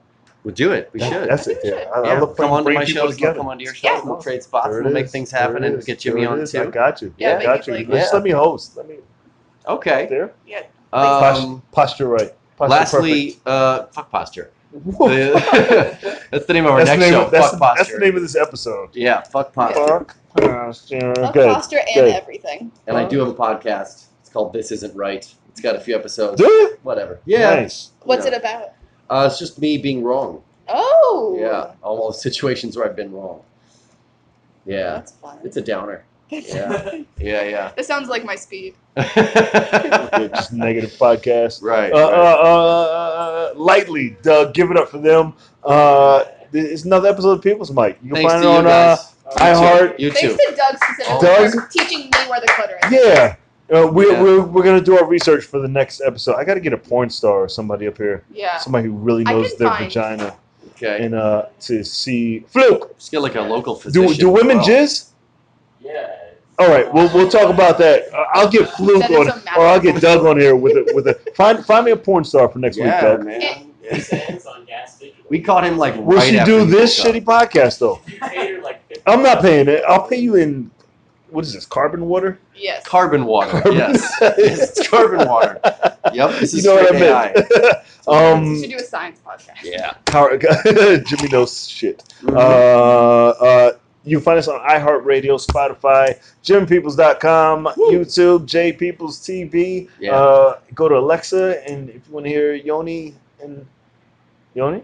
S3: We'll do it. We should.
S1: That's it.
S2: I think we
S1: Yeah.
S2: should.
S1: I, I
S3: yeah,
S1: look
S3: come
S1: forwell,
S3: on to
S1: bring
S3: my
S1: people
S3: shows. I'll
S1: together.
S3: Come on to your
S2: Yeah.
S3: shows. We'll trade spots.
S1: There
S3: and
S1: it
S3: We'll make
S1: is.
S3: things
S1: There
S3: happen
S1: it
S3: and
S1: is.
S3: get Jimmy
S1: There it
S3: on
S1: is.
S3: too.
S1: I got you.
S2: Yeah,
S1: I
S2: make
S1: got
S2: it
S1: you.
S2: like-
S1: Just let me host. Let me
S3: Okay.
S1: there.
S2: Yeah.
S1: Pos-
S3: Um,
S1: posture right. Posture
S3: lastly, uh, fuck posture.
S1: perfect.
S3: The- [LAUGHS] that's the name of our
S1: that's, the
S3: next
S1: name
S3: show.
S1: of, that's,
S3: fuck
S1: the,
S3: posture.
S1: that's the name of this episode.
S3: Yeah, fuck posture.
S1: Fuck posture.
S2: Love
S1: Good.
S2: Foster and
S1: good.
S2: everything.
S3: And I do have a podcast. It's called This Isn't Right. It's got a few episodes.
S1: Do you?
S3: Whatever. Yeah.
S1: Nice.
S2: What's
S3: Yeah.
S2: it about?
S3: Uh, it's just me being wrong.
S2: Oh.
S3: Yeah. All the [LAUGHS] situations where I've been wrong. Yeah.
S2: That's fun.
S3: It's a downer.
S2: That's-
S3: [LAUGHS] Yeah. Yeah.
S2: That sounds like my speed.
S3: Yeah.
S1: [LAUGHS]
S3: [LAUGHS]
S1: Good, Just negative podcast.
S3: right.
S1: Uh, uh, uh, uh, lightly, Doug. Give it up for them. Uh, th- it's another episode of People's Mic. You can
S3: Thanks to
S1: find
S3: you
S1: it on uh,
S3: guys.
S1: iHeart.
S3: You
S2: Thanks
S3: too.
S2: to Doug specifically
S1: Doug?
S2: for teaching me where the clitoris is.
S1: Yeah. Uh, we,
S3: Yeah.
S1: We're, we're going to do our research for the next episode. I got to get a porn star or somebody up here.
S2: Yeah.
S1: Somebody who really
S2: Uh, I
S1: knows
S2: can
S1: their
S2: find-
S1: vagina.
S3: Okay.
S1: And uh, to see. Fluke!
S3: Just get like a local physician.
S1: Do, do women
S3: Wow.
S1: jizz?
S5: Yeah.
S1: All right, we'll, we'll talk about that. Uh, I'll get Fluke
S2: That is
S1: on,
S2: a massive-
S1: or I'll get Doug on here with a with a find find me a porn star for next
S3: Yeah,
S1: week, Doug.
S3: man.
S5: He stands on gas station.
S3: We caught him like.
S1: Will
S3: right
S1: she
S3: after
S1: do
S3: he
S1: this
S3: woke up.
S1: shitty podcast though?
S5: You paid her like. 50
S1: I'm not paying it. I'll pay you in what is this carbon water? Um,
S2: Yes.
S3: Carbon water.
S1: Carbon-
S3: Yes.
S1: [LAUGHS]
S3: yes. [LAUGHS] It's carbon water. Yep. This
S1: you
S3: is
S1: know what I
S3: straight AI.
S1: [LAUGHS] meant.
S2: we
S1: um,
S2: should do a science podcast.
S3: Yeah.
S1: power, [LAUGHS] Jimmy knows shit. Uh, uh, you can find us on iHeartRadio, Spotify, JimPeoples.com, YouTube, JPeoples TV.
S3: Yeah.
S1: Uh, go to Alexa, and if you want to hear Yoni and Yoni,